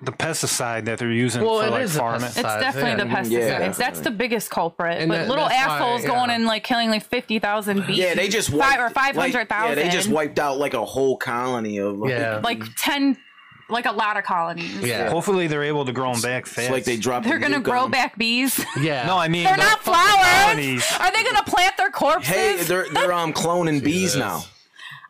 S13: the pesticide that they're using
S12: Well,
S13: for
S12: it
S13: like
S12: is a
S13: farming.
S12: pesticide, It's definitely the pesticides. That's the biggest culprit.
S13: And
S12: but
S13: that-
S12: little
S13: that's why,
S12: assholes
S13: yeah.
S12: going and like killing like fifty thousand bees.
S14: Yeah, they just wiped,
S12: five or five hundred thousand.
S14: Like, yeah, they just wiped out like a whole colony of like,
S12: [laughs] like ten, like a lot of colonies.
S13: Yeah. Hopefully they're able to grow them back fast.
S14: like they dropped.
S12: They're gonna grow back bees. [laughs]
S11: Yeah.
S13: No, [laughs] I mean
S12: They're
S13: the
S12: not
S13: fucking
S12: flowers.
S13: colonies.
S12: Are they gonna plant their corpses?
S14: Hey, they're they're um cloning bees now.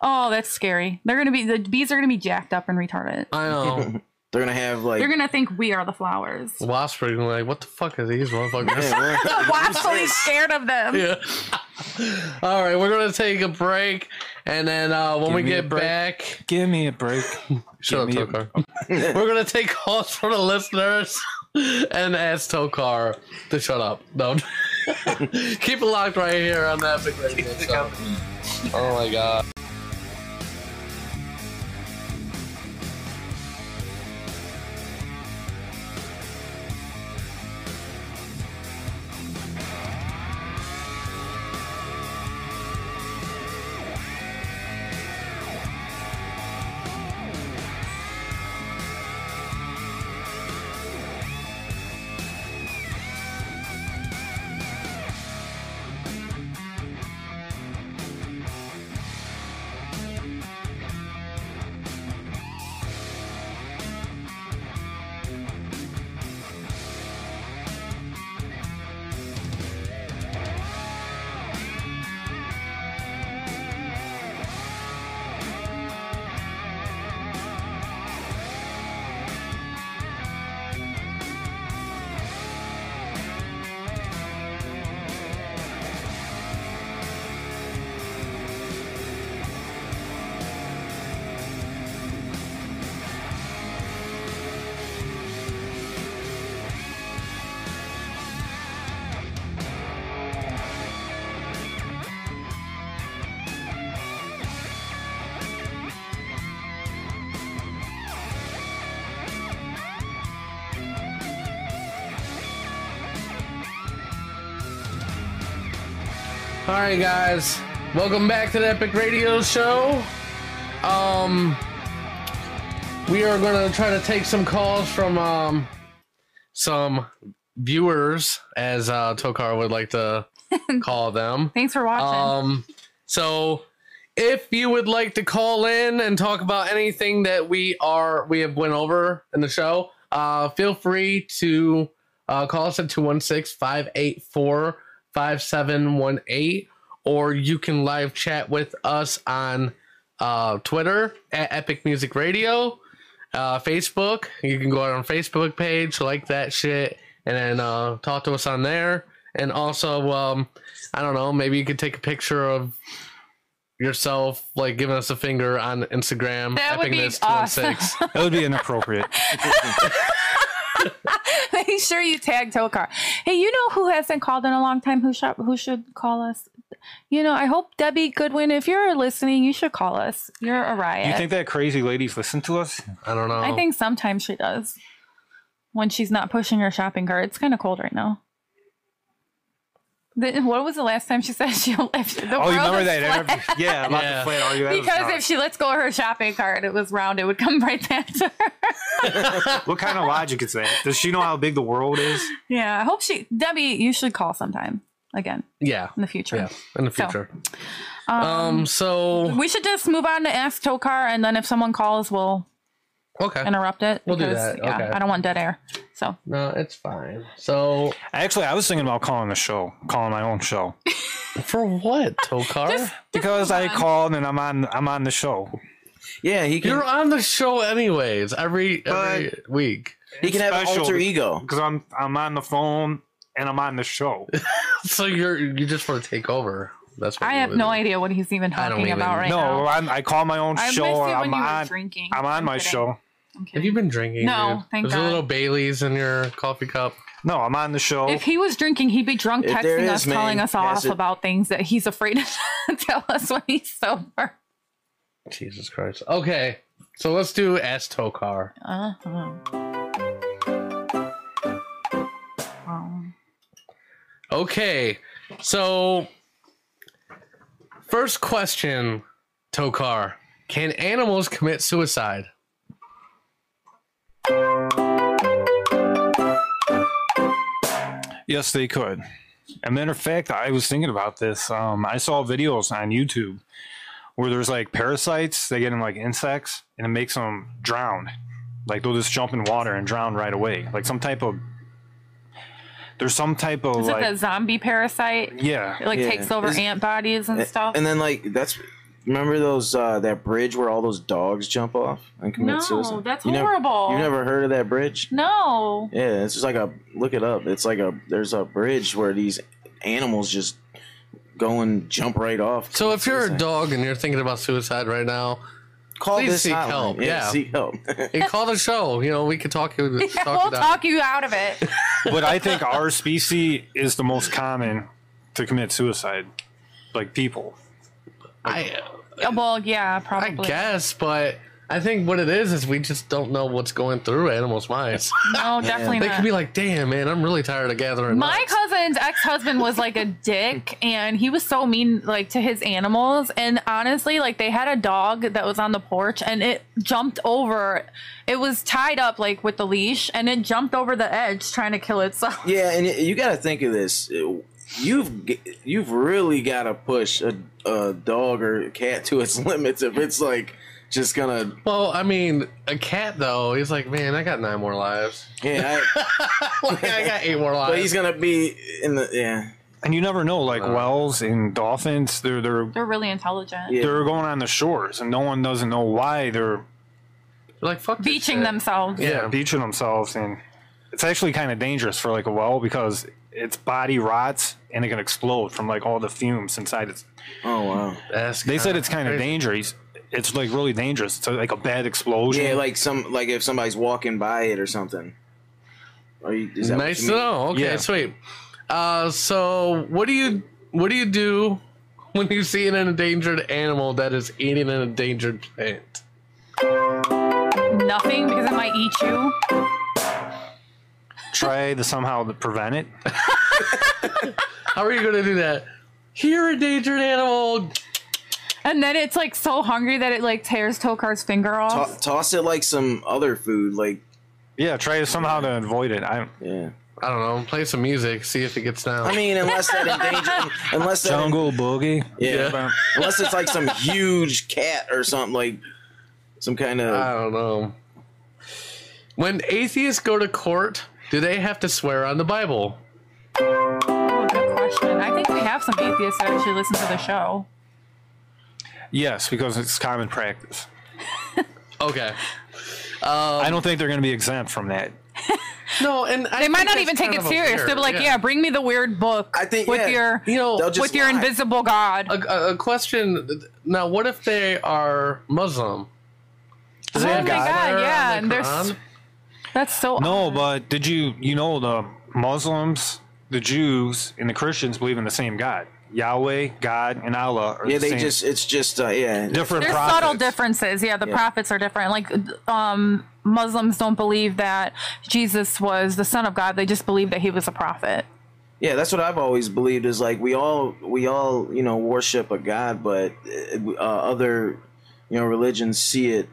S12: oh, that's scary. They're gonna be the bees are gonna be jacked up and retarded.
S11: I [laughs] know.
S14: they're gonna have like
S12: They're gonna think we are the flowers. [laughs]
S11: wasps are gonna be like, what the fuck are these motherfuckers?
S12: The wasps will be scared of them.
S11: yeah. [laughs] All right, we're gonna take a break, and then uh, when
S13: Give
S11: we
S13: me a
S11: get
S13: break.
S11: back,
S13: Give me a break.
S11: Shut
S13: Give
S11: up,
S13: me
S11: Tokar.
S12: [laughs]
S11: we're gonna take calls from the listeners [laughs] and ask Tokar to shut up. No, [laughs] keep it locked right here on that big radio. Show. Oh my god. All right, guys, welcome back to the Epic Radio Show. Um, we are gonna try to take some calls from um some viewers, as uh, Tokar would like to call them.
S12: Thanks for watching.
S11: Um, so if you would like to call in and talk about anything that we are we have went over in the show, uh, feel free to uh, call us at 216-584-5718 or you can live chat with us on uh, Twitter at Epic Music Radio, uh, Facebook. You can go out on Facebook page, like that shit, and then uh, talk to us on there. And also, um, I don't know, maybe you could take a picture of yourself, like giving us a finger on Instagram.
S12: That would be
S11: Epicness216.
S12: awesome.
S13: That would be inappropriate.
S12: [laughs] Make sure you tag Tokar. Hey, you know who hasn't called in a long time? Who shop? Who should call us? You know, I hope Debbie Goodwin, if you're listening, you should call us. You're a riot.
S13: you think that crazy lady's listen to us?
S11: I don't know.
S12: [laughs] I think sometimes she does. When she's not pushing her shopping cart, it's kind of cold right now. The- What was the last time she said she [laughs] left? The
S13: oh,
S12: world
S13: you remember
S12: is
S13: that
S12: flat.
S13: interview?
S12: [laughs]
S13: Yeah, about the flat argue. [laughs] That was
S12: Because
S13: not-
S12: if she lets go of her shopping cart, it was round. It would come [laughs] right back to her.
S13: [laughs] what kind of logic is that? Does she know how big the world is?
S12: Yeah, I hope she Debbie. You should call sometime again.
S11: Yeah.
S12: In the future.
S11: Yeah, in the
S12: So,
S11: future.
S12: Um,
S11: um, so
S12: [laughs] we should just move on to ask Tokar, and then if someone calls, we'll
S11: okay.
S12: interrupt it.
S11: We'll do that,
S12: Yeah,
S11: okay.
S12: I don't want dead air. So
S11: No, it's fine. So
S13: actually, I was thinking about calling a show, calling my own
S12: [laughs]
S13: show.
S11: For what, Tokar?
S13: because I called and I'm on. I'm on the show.
S14: Yeah, he
S11: You're on the show anyways. Every every week.
S13: It's special because I'm I'm on the phone and I'm on the show.
S11: so you're you just want to take over. That's what
S12: I
S11: you
S12: have
S11: would
S12: no
S11: do.
S12: idea what he's even talking about right
S13: no,
S12: now.
S13: I'm, I call my own
S12: I
S13: show.
S12: missed it
S13: I'm
S12: when you were
S13: on.
S12: drinking.
S13: I'm on
S12: I'm
S13: my
S12: kidding.
S13: show.
S11: Have you been drinking?
S12: No,
S11: dude?
S12: thank
S11: There's a
S12: God.
S11: little Bailey's in your coffee cup.
S13: No, I'm on the show.
S12: If he was drinking, he'd be drunk
S11: If there
S12: texting
S11: is,
S12: us,
S11: man,
S12: telling us
S11: has
S12: off
S11: it-
S12: about things that he's afraid [laughs] to tell us when he's sober.
S11: Jesus Christ. Okay, so let's do Ask Tokar.
S12: Uh-huh. Um,
S11: Okay, so first question, Tokar: Can animals commit suicide?
S13: Yes, they could. As a matter of fact, I was thinking about this. Um, I saw videos on YouTube where there's like parasites. They get in like insects, and it makes them drown. Like they'll just jump in water and drown right away. Like some type of there's some type of
S12: is
S13: like
S12: it that zombie parasite?
S13: yeah,
S12: It like takes over ant bodies and
S14: And-
S12: stuff.
S14: And then like that's remember those uh that bridge where all those dogs jump off and commit
S12: No,
S14: suicide?
S12: that's
S14: You never-
S12: horrible.
S14: you never heard of that bridge?
S12: no.
S14: Yeah, it's just like a look it up. It's like a there's a bridge where these animals just go and jump right off.
S11: So if you're a dog and you're thinking about suicide right now,
S14: Call
S11: please
S14: this
S11: seek
S14: hotline.
S11: help.
S14: Yeah,
S11: Yeah,
S14: seek help. [laughs]
S11: and call the show. You know, we can talk you.
S12: Yeah,
S11: talk
S12: [laughs] we'll
S11: you down.
S12: talk you out
S11: [laughs]
S12: of it.
S13: but I think
S12: [laughs]
S13: our species is the most common to commit suicide, like people.
S11: I
S12: Yeah, well, yeah, probably.
S11: guess, but I think what it is is we just don't know what's going through animals' minds.
S12: No, definitely
S11: they
S12: not.
S11: could be like, "Damn, man, I'm really tired of gathering."
S12: My
S11: nuts."
S12: cousin's ex husband was like a dick, and he was so mean, like to his animals. And honestly, like they had a dog that was on the porch, and it jumped over. It was tied up like with the leash, and it jumped over the edge trying to kill itself. [laughs]
S14: Yeah, and you got to think of this. You've g- you've really got to push a, a dog or a cat to its [laughs] limits if it's like just gonna.
S11: Well, I mean, a cat though. He's like, "Man, I got nine more lives. [laughs]
S14: Yeah,
S11: like, I got eight more lives."
S14: but he's gonna be in the yeah.
S13: And you never know, like whales and dolphins, they're they're
S12: They're really intelligent.
S13: they're going on the shores, and no one doesn't know why they're
S11: like fuck
S12: beaching themselves.
S13: yeah, beaching themselves, and it's actually kind of dangerous for like a whale because its body rots and it can explode from like all the fumes inside its.
S14: Oh wow!
S11: That's
S13: They said
S14: kinda
S13: it's kind of
S14: crazy.
S13: dangerous. It's like really dangerous. It's like a bad explosion.
S14: Yeah, like some like if somebody's walking by it or something. Are you, is that what
S11: nice
S14: you
S11: to
S14: mean?
S11: know. Okay, sweet. Uh, so what do you what do you do when you see an endangered animal that is eating an endangered plant?
S12: Nothing because it might eat you.
S13: Try to somehow to prevent it.
S11: How are you going to do that? You're a dangerous animal.
S12: And then it's like so hungry that it like tears Tokar's finger off.
S14: To- toss it like some other food, like
S13: yeah. Try somehow to avoid it. I
S14: yeah.
S11: I don't know. Play some music. See if it gets down.
S14: I mean, unless that endangered, unless that
S13: jungle boogie.
S14: Yeah. unless it's like some huge cat or something like some kind of.
S11: I don't know. When atheists go to court, do they have to swear on the Bible?
S12: Oh, good question. I think we have some atheists that actually listen to the show.
S13: Yes, because it's common practice.
S11: okay. Um,
S13: I don't think they're going to be exempt from that.
S11: No, and I
S12: they might
S11: think
S12: not
S11: that's
S12: even take
S11: kind
S12: it
S11: of a
S12: serious.
S11: fear,
S12: They'll be like, yeah. bring me the weird book
S14: I think,
S12: with
S14: yeah,
S12: your
S11: you know,
S14: they'll just
S12: with your
S14: lie.
S12: invisible god. Oh
S11: A- a, a question. Now, what if they are Muslim?
S12: Oh my god, yeah. And there's that's so
S13: No, but did you you know the Muslims, the Jews, and the Christians believe in the same God, Yahweh, God, and Allah. Are the
S14: Yeah, they
S13: same-
S14: just it's just uh, yeah
S13: different.
S12: there's
S13: prophets.
S12: subtle differences. Yeah, the
S13: Yeah.
S12: prophets are different. Like um Muslims don't believe that Jesus was the son of God. They just believe that he was a prophet.
S14: Yeah, that's what I've always believed is like we all we all you know worship a god, but uh, other you know religions see it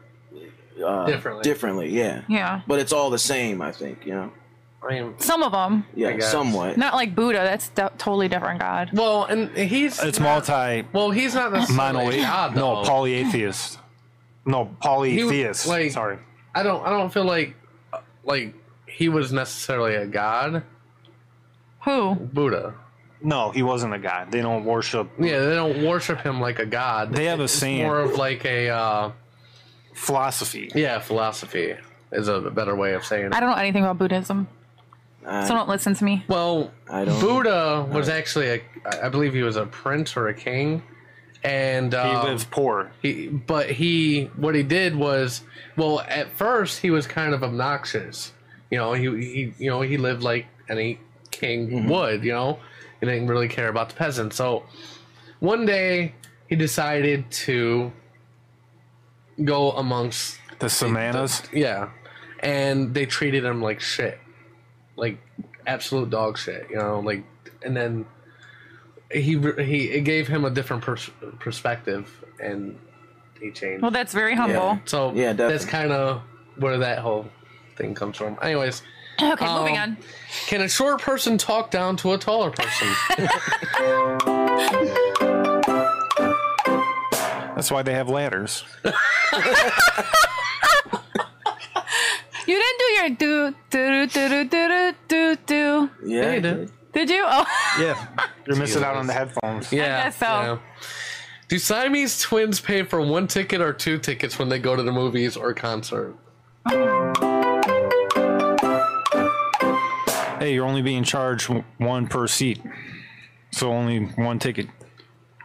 S14: uh,
S11: Differently.
S14: Differently, yeah.
S12: Yeah.
S14: But it's all the same, I think. You know,
S11: I mean,
S12: Some of them.
S14: yeah,
S11: guess.
S14: somewhat.
S12: Not like Buddha. That's d- totally different god.
S11: well, and he's
S13: It's multi
S11: well, he's not
S13: mono.
S11: necessarily God,
S13: No,
S11: though.
S13: polytheist. No, polytheist.
S11: He- like-
S13: Sorry.
S11: I don't. I don't feel like uh, like he was necessarily a god.
S12: Who?
S11: Buddha.
S13: No, he wasn't a god. They don't worship
S11: Yeah, they don't worship him like a god.
S13: They have a
S11: it's
S13: saying.
S11: More of like a uh,
S13: philosophy.
S11: yeah philosophy is a better way of saying it.
S12: I don't know anything about Buddhism, so don't listen to me.
S11: Well,
S14: I don't.
S11: Buddha was actually a, I believe he was a prince or a king, and um,
S13: he lives poor.
S11: He, but he, what he did was, well, at first he was kind of obnoxious. You know, he, he you know, he lived like any king
S14: Mm-hmm.
S11: would. You know, he didn't really care about the peasants. So, one day he decided to go amongst
S13: The Samanas.
S11: yeah, and they treated him like shit, like absolute dog shit. You know, like and then he he it gave him a different pers- perspective, and he changed.
S12: Well, that's very humble.
S11: yeah. So
S14: Yeah,
S11: yeah,
S14: definitely.
S11: that's kind of where that whole thing comes from. Anyways,
S12: Okay,
S11: Um,
S12: moving on.
S11: can a short person talk down to a taller
S12: [laughs]
S11: person?
S13: That's why they have ladders.
S12: You didn't do your do do do do do do do do.
S14: Yeah,
S11: you did.
S12: Did you? Oh,
S13: Yeah, you're missing out on the headphones.
S11: Yeah.
S12: guess so.
S11: yeah. Do Siamese twins pay for one ticket or two tickets when they go to the movies or concert?
S13: Hey, you're only being charged w- one per seat, so only one ticket.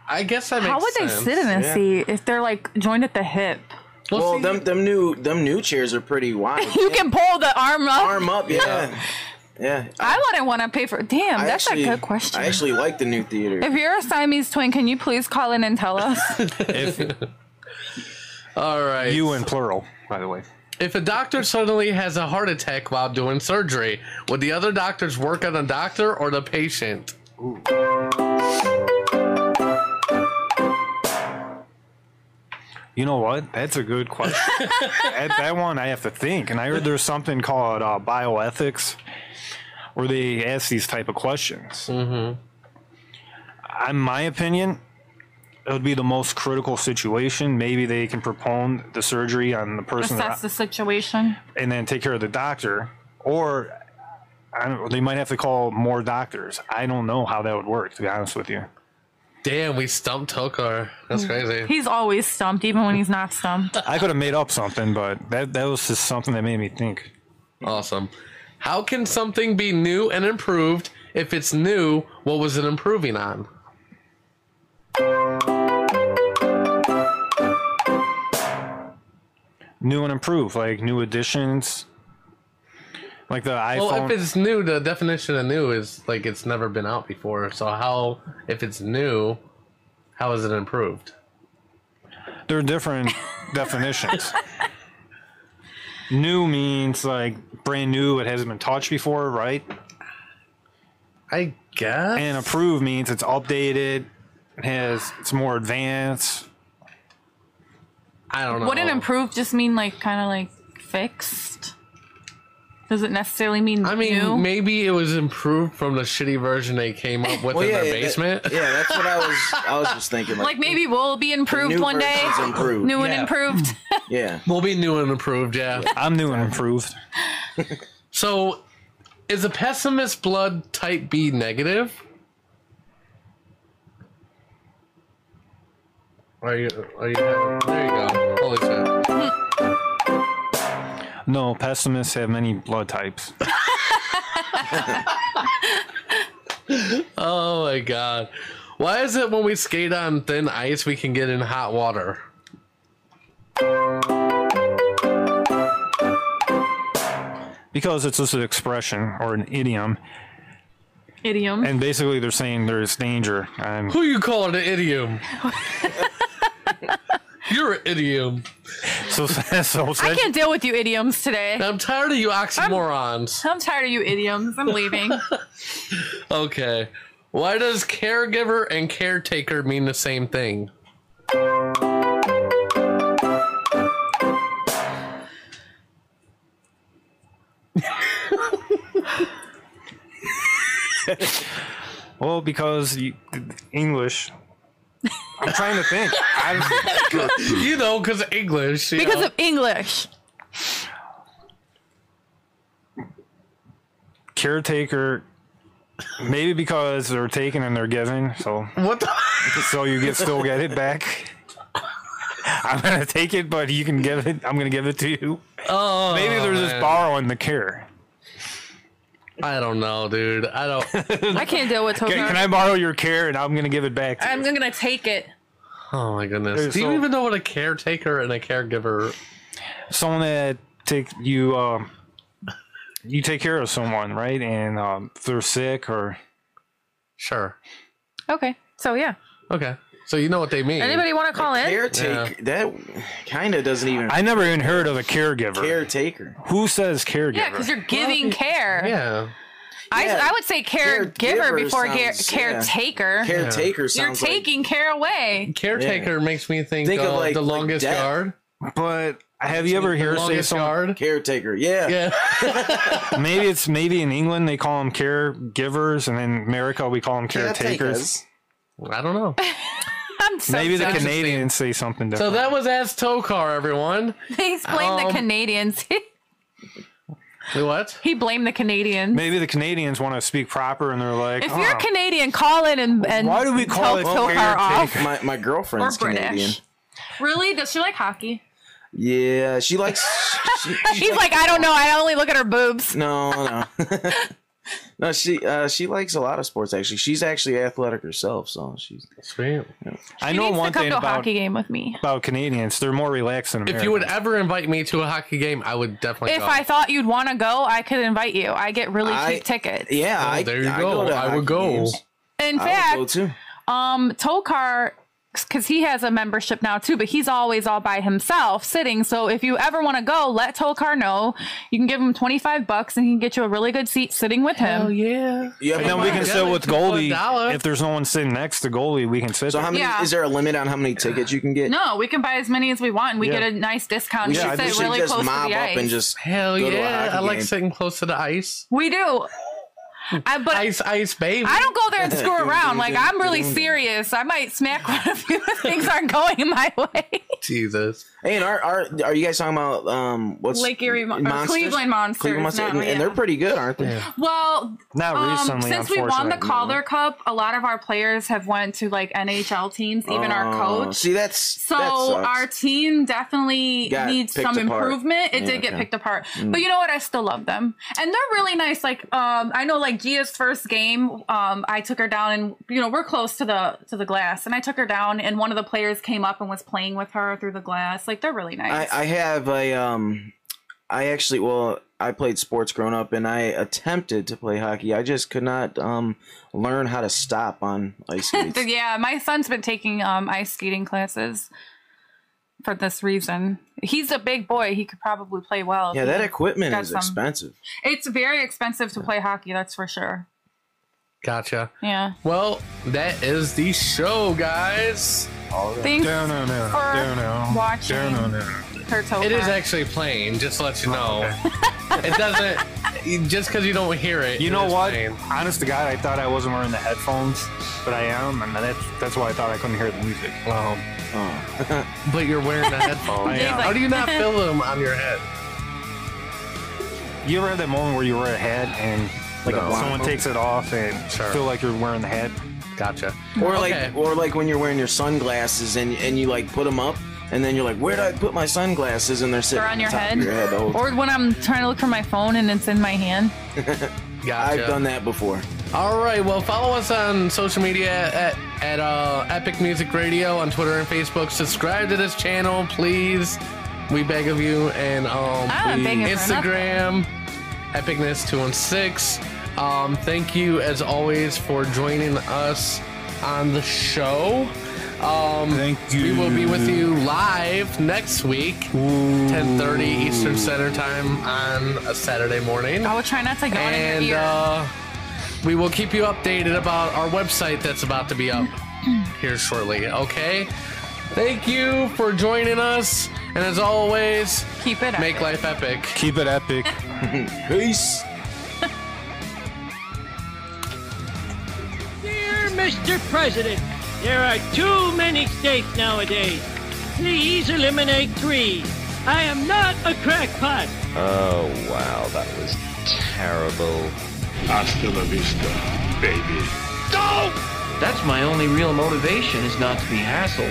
S11: I guess that makes
S12: how would
S11: sense.
S12: they sit in a
S14: Yeah.
S12: seat if they're like joined at the hip?
S14: Well,
S11: see-
S14: them them new them new chairs are pretty wide.
S12: [laughs] You can pull the arm up.
S14: Arm up, yeah, yeah.
S12: I wouldn't want to pay for. Damn,
S14: I
S12: that's
S14: actually-
S12: a good question.
S14: I actually like the new theater.
S12: if you're a Siamese twin, can you please call in and tell us? [laughs]
S13: If [laughs]
S11: All right.
S13: you in plural, by the way.
S11: If a doctor suddenly has a heart attack while doing surgery, would the other doctors work on the doctor or the patient?
S13: You know what? That's a good question. [laughs] At that one, I have to think. And I heard there's something called uh, bioethics, where they ask these type of questions.
S11: Mm-hmm.
S13: In my opinion, it would be the most critical situation. Maybe they can propone the surgery on the person that-
S12: Assess the situation.
S13: and then take care of the doctor, or I don't, they might have to call more doctors. I don't know how that would work. To be honest with you,
S11: Damn, we stumped Tokar. That's crazy.
S12: He's always stumped, even when he's not stumped.
S13: I could have made up something, but that that was just something that made me think.
S11: Awesome. How can something be new and improved if it's new? What was it improving on?
S13: New and improved, like new additions, like the iPhone.
S11: Well, if it's new, the definition of new is like it's never been out before. So how, if it's new, how is it improved?
S13: There are
S11: [laughs]
S13: different definitions. New means like brand new; it hasn't been touched before, right?
S11: I guess.
S13: And approved means it's updated, It has it's more advanced. I don't know.
S12: Wouldn't improve just mean like kind of like fixed? Does it necessarily mean
S11: I mean,
S12: new?
S11: maybe it was improved from the shitty version they came up with
S14: Well,
S11: in
S14: yeah,
S11: their
S14: that-
S11: basement.
S14: yeah, that's what I was. I was just thinking.
S12: like maybe we'll be improved
S14: new
S12: one day.
S14: version's improved.
S12: New and
S14: Yeah.
S12: improved.
S14: yeah,
S11: [laughs] we'll be new and improved. Yeah,
S13: I'm new and improved.
S11: so, is a pessimist blood type B negative? Are you? Are you? There you go. Holy shit!
S13: No, pessimists have many blood types.
S11: Oh my god! Why is it when we skate on thin ice we can get in hot water?
S13: Because it's just an expression or an idiom.
S12: Idiom.
S13: And basically they're saying there's danger. And
S11: Who you calling an idiom? You're an idiom.
S13: So, [laughs] so
S12: I can't deal with you idioms today.
S11: I'm tired of you oxymorons.
S12: I'm tired of you idioms.
S13: [laughs]
S12: I'm leaving.
S11: Okay. Why does caregiver and caretaker mean the same thing?
S13: Well, because you, English. I'm trying to think. i
S11: you know, because English. you
S12: because
S11: know.
S12: of English.
S13: caretaker. Maybe because they're taken and they're given, so
S11: what?
S12: [laughs]
S11: The?
S13: So you can still get it back. I'm gonna take it, but you can give it. I'm gonna give it to you.
S11: Oh,
S13: Maybe they're just
S11: man.
S13: borrowing the care.
S11: I don't know, dude. I don't.
S12: [laughs] I can't deal with
S13: Can,
S12: Topher.
S13: can I borrow your care and I'm gonna give it back? To
S12: I'm gonna take it.
S11: oh my goodness.
S13: There's
S11: Do you
S13: so-
S11: even know what a caretaker and a caregiver?
S13: someone that take you. Um, you take care of someone, right? And um, if they're sick or
S11: sure.
S12: Okay. So yeah.
S11: Okay. So you know what they mean.
S12: Anybody want to call in?
S14: Caretaker. That kind of doesn't even.
S13: I never even heard of a caregiver.
S14: Caretaker.
S13: Who says caregiver?
S12: Yeah, because you're giving care.
S11: Yeah.
S12: I,
S14: Yeah.
S12: I would say caregiver
S14: Caregiver
S12: before care-
S14: sounds- yeah.
S12: caretaker.
S14: Caretaker
S12: You're
S14: sounds like-
S12: taking care away. [laughs]
S11: Caretaker makes me think,
S14: Think of,
S11: of
S14: like-
S11: the
S14: like
S11: longest
S14: death.
S11: yard.
S13: But have you ever
S11: The
S13: heard say
S11: longest
S13: someone?
S11: yard?
S14: Caretaker. Yeah.
S11: Yeah. [laughs]
S13: maybe it's maybe in England they call them caregivers, and in America we call them
S11: Caretakers.
S13: caretakers.
S11: I don't know.
S12: I'm so
S13: maybe
S12: [laughs]
S13: the
S12: sorry.
S13: Canadians say something
S11: So
S13: different.
S11: that was Ask Tokar, everyone.
S12: He's blamed
S11: Um,
S12: the Canadians. [laughs]
S11: What?
S12: he blamed the Canadians.
S13: maybe the Canadians want to speak proper, and they're like,
S12: if you're
S13: "Oh,
S12: a Canadian, call in and, and
S13: Why do we call
S12: tell
S13: it
S12: Topher off.
S14: My my girlfriend's
S12: Or British.
S14: Canadian.
S12: Really? Does she like hockey?
S14: Yeah, she likes. she-
S12: [laughs] She's like, I don't know. I only look at her boobs.
S14: no, no. [laughs] No, she uh, she likes a lot of sports. Actually, she's actually athletic herself, so she's
S11: sweet.
S13: I
S12: She
S13: know
S12: needs
S13: one
S12: to come
S13: thing
S12: to a
S13: about,
S12: hockey game with me.
S14: Oh
S13: about Canadians. They're more relaxed than Americans.
S11: If you would ever invite me to a hockey game, I would definitely.
S12: if
S11: go.
S12: I thought you'd want to go, I could invite you. I get really cheap
S14: I-
S12: tickets.
S14: Yeah,
S11: Oh,
S14: I,
S11: there you
S14: I
S11: go.
S14: to
S11: I would
S14: hockey
S11: go.
S14: games.
S12: In
S14: I
S12: fact,
S14: would go too.
S12: um Tokar because he has a membership now too, but he's always all by himself sitting. So if you ever want to go, let Tokar know. You can give him 25 bucks and he can get you a really good seat sitting with him.
S11: Hell yeah.
S14: Yeah,
S13: and then we can
S11: Yeah,
S13: sit
S11: like
S13: with
S11: two for a dollar.
S13: goalie. If there's no one sitting next to goalie, we can sit.
S14: So how many?
S12: Yeah.
S14: Is there a limit on how many tickets you can get?
S12: No, we can buy as many as we want and we
S13: Yeah.
S12: get a nice discount.
S14: we
S12: We
S14: should, we
S12: sit
S14: should
S12: really
S14: just
S12: close to
S14: mob
S12: the
S14: up
S12: ice.
S14: and just
S11: Hell
S14: go to a
S11: yeah.
S14: hockey
S11: I like
S14: game.
S11: sitting close to the ice.
S12: we do. I, but
S11: Ice, ice, baby.
S12: I don't go there
S13: [laughs]
S12: and screw
S14: Ding,
S12: around.
S14: ding,
S12: Like
S14: ding,
S12: I'm really
S14: ding, ding.
S12: serious. I might smack [laughs] one of you if things aren't going my way.
S11: Jesus.
S14: Hey, and are, are are you guys talking about um what's
S12: Lake Erie Mon- or
S14: Monsters?
S12: Cleveland Monsters
S14: Cleveland Monsters,
S12: now,
S14: and, and they're
S12: yeah.
S14: pretty good, aren't they?
S12: Well,
S13: Not
S12: um,
S13: recently,
S12: since we won the
S13: unfortunately.
S12: Calder Cup, a lot of our players have went to like NHL teams, even our
S14: Oh,
S12: coach.
S14: See, that's
S12: So
S14: that sucks.
S12: our team definitely
S14: Got
S12: needs
S14: picked
S12: some
S14: apart.
S12: improvement. It
S14: Yeah,
S12: did get
S14: okay. Mm.
S12: picked apart, but you know what? I still love them, and they're really nice. Like um, I know, like Gia's first game, um, I took her down, and you know we're close to the to the glass, and I took her down, and one of the players came up and was playing with her through the glass. Like they're really nice.
S14: I, I have a um I actually well I played sports growing up and I attempted to play hockey. I just could not um learn how to stop on
S12: [laughs]
S14: ice skates.
S12: yeah, my son's been taking um, ice skating classes for this reason. He's a big boy; he could probably play well. if
S14: yeah,
S12: he
S14: that equipment
S12: got
S14: is
S12: some-
S14: expensive.
S12: It's very expensive to play hockey, that's for sure.
S11: Gotcha.
S12: Yeah.
S11: Well, that is the show, guys.
S12: Thanks down, down, down, for down, down, watching. Down, down, down. Kurtova.
S11: It is actually playing, just to let you
S14: Oh,
S11: know. it doesn't, [laughs] just because you don't hear it.
S13: You
S11: it
S13: know
S11: is
S13: what?
S11: playing.
S13: Honest to God, I thought I wasn't wearing the headphones, but I am, and that's that's why I thought I couldn't hear the music.
S11: Wow. but you're wearing
S14: [laughs]
S11: the
S14: Oh,
S11: headphones.
S13: I am.
S11: How do you
S12: [laughs]
S11: not feel them on your head?
S13: You ever had that moment where you wear a hat and like
S14: Like a
S13: someone
S14: blindfold?
S13: takes it off and
S11: Sure.
S13: feel like you're wearing the hat?
S11: Gotcha.
S14: Or
S11: Okay.
S14: like, or like when you're wearing your sunglasses and and you like put them up, and then you're like, where did I put my sunglasses? And they're sitting
S12: They're on
S14: the
S12: your
S14: top of
S12: head.
S14: Your head the whole
S12: Or when I'm trying to look for my phone and it's in my hand.
S11: Gotcha.
S14: I've done that before.
S11: All right. Well, follow us on social media at, at uh, Epic Music Radio on Twitter and Facebook. Subscribe to this channel, please. We beg of you. And um,
S12: Oh, I'm begging
S11: please,
S12: for
S11: Instagram, Epicness216. Um, thank you, as always, for joining us on the show. Um,
S13: Thank
S11: We will be with
S13: you.
S11: you live next week, 10.30 Eastern Standard Time on a Saturday morning
S12: I will try not to go in
S11: and
S12: your ear.
S11: uh, we will keep you updated about our website that's about to be up [clears throat] here shortly. Okay. Thank you for joining us, and as always,
S12: keep it
S11: make life epic.
S13: Keep it epic.
S14: Peace.
S18: Dear Mr. President, there are too many states nowadays. Please eliminate three. I am not a crackpot.
S19: Oh, wow, that was terrible. Hasta la vista, baby.
S18: Go!
S20: That's my only real motivation is not to be hassled.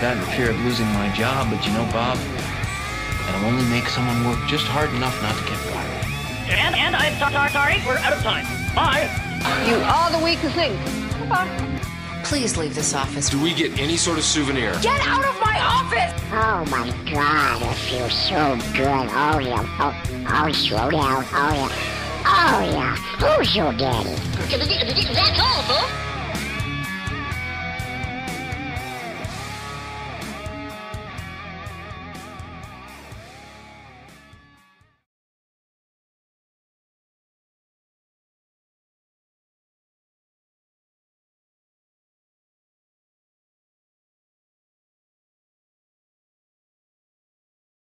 S20: That and the fear of losing my job, but you know, Bob, that'll only make someone work just hard enough not to get fired.
S21: And, and I'm so- so- sorry, we're out of time. Bye. You are the weakest link. Bye.
S22: Please leave this office.
S10: Do we get any sort of souvenir?
S22: Get out of my office!
S3: Oh my god, it feels so good. Oh yeah. Oh, oh slow down. Oh yeah. Oh yeah. Who's your daddy?
S21: That's all, folks.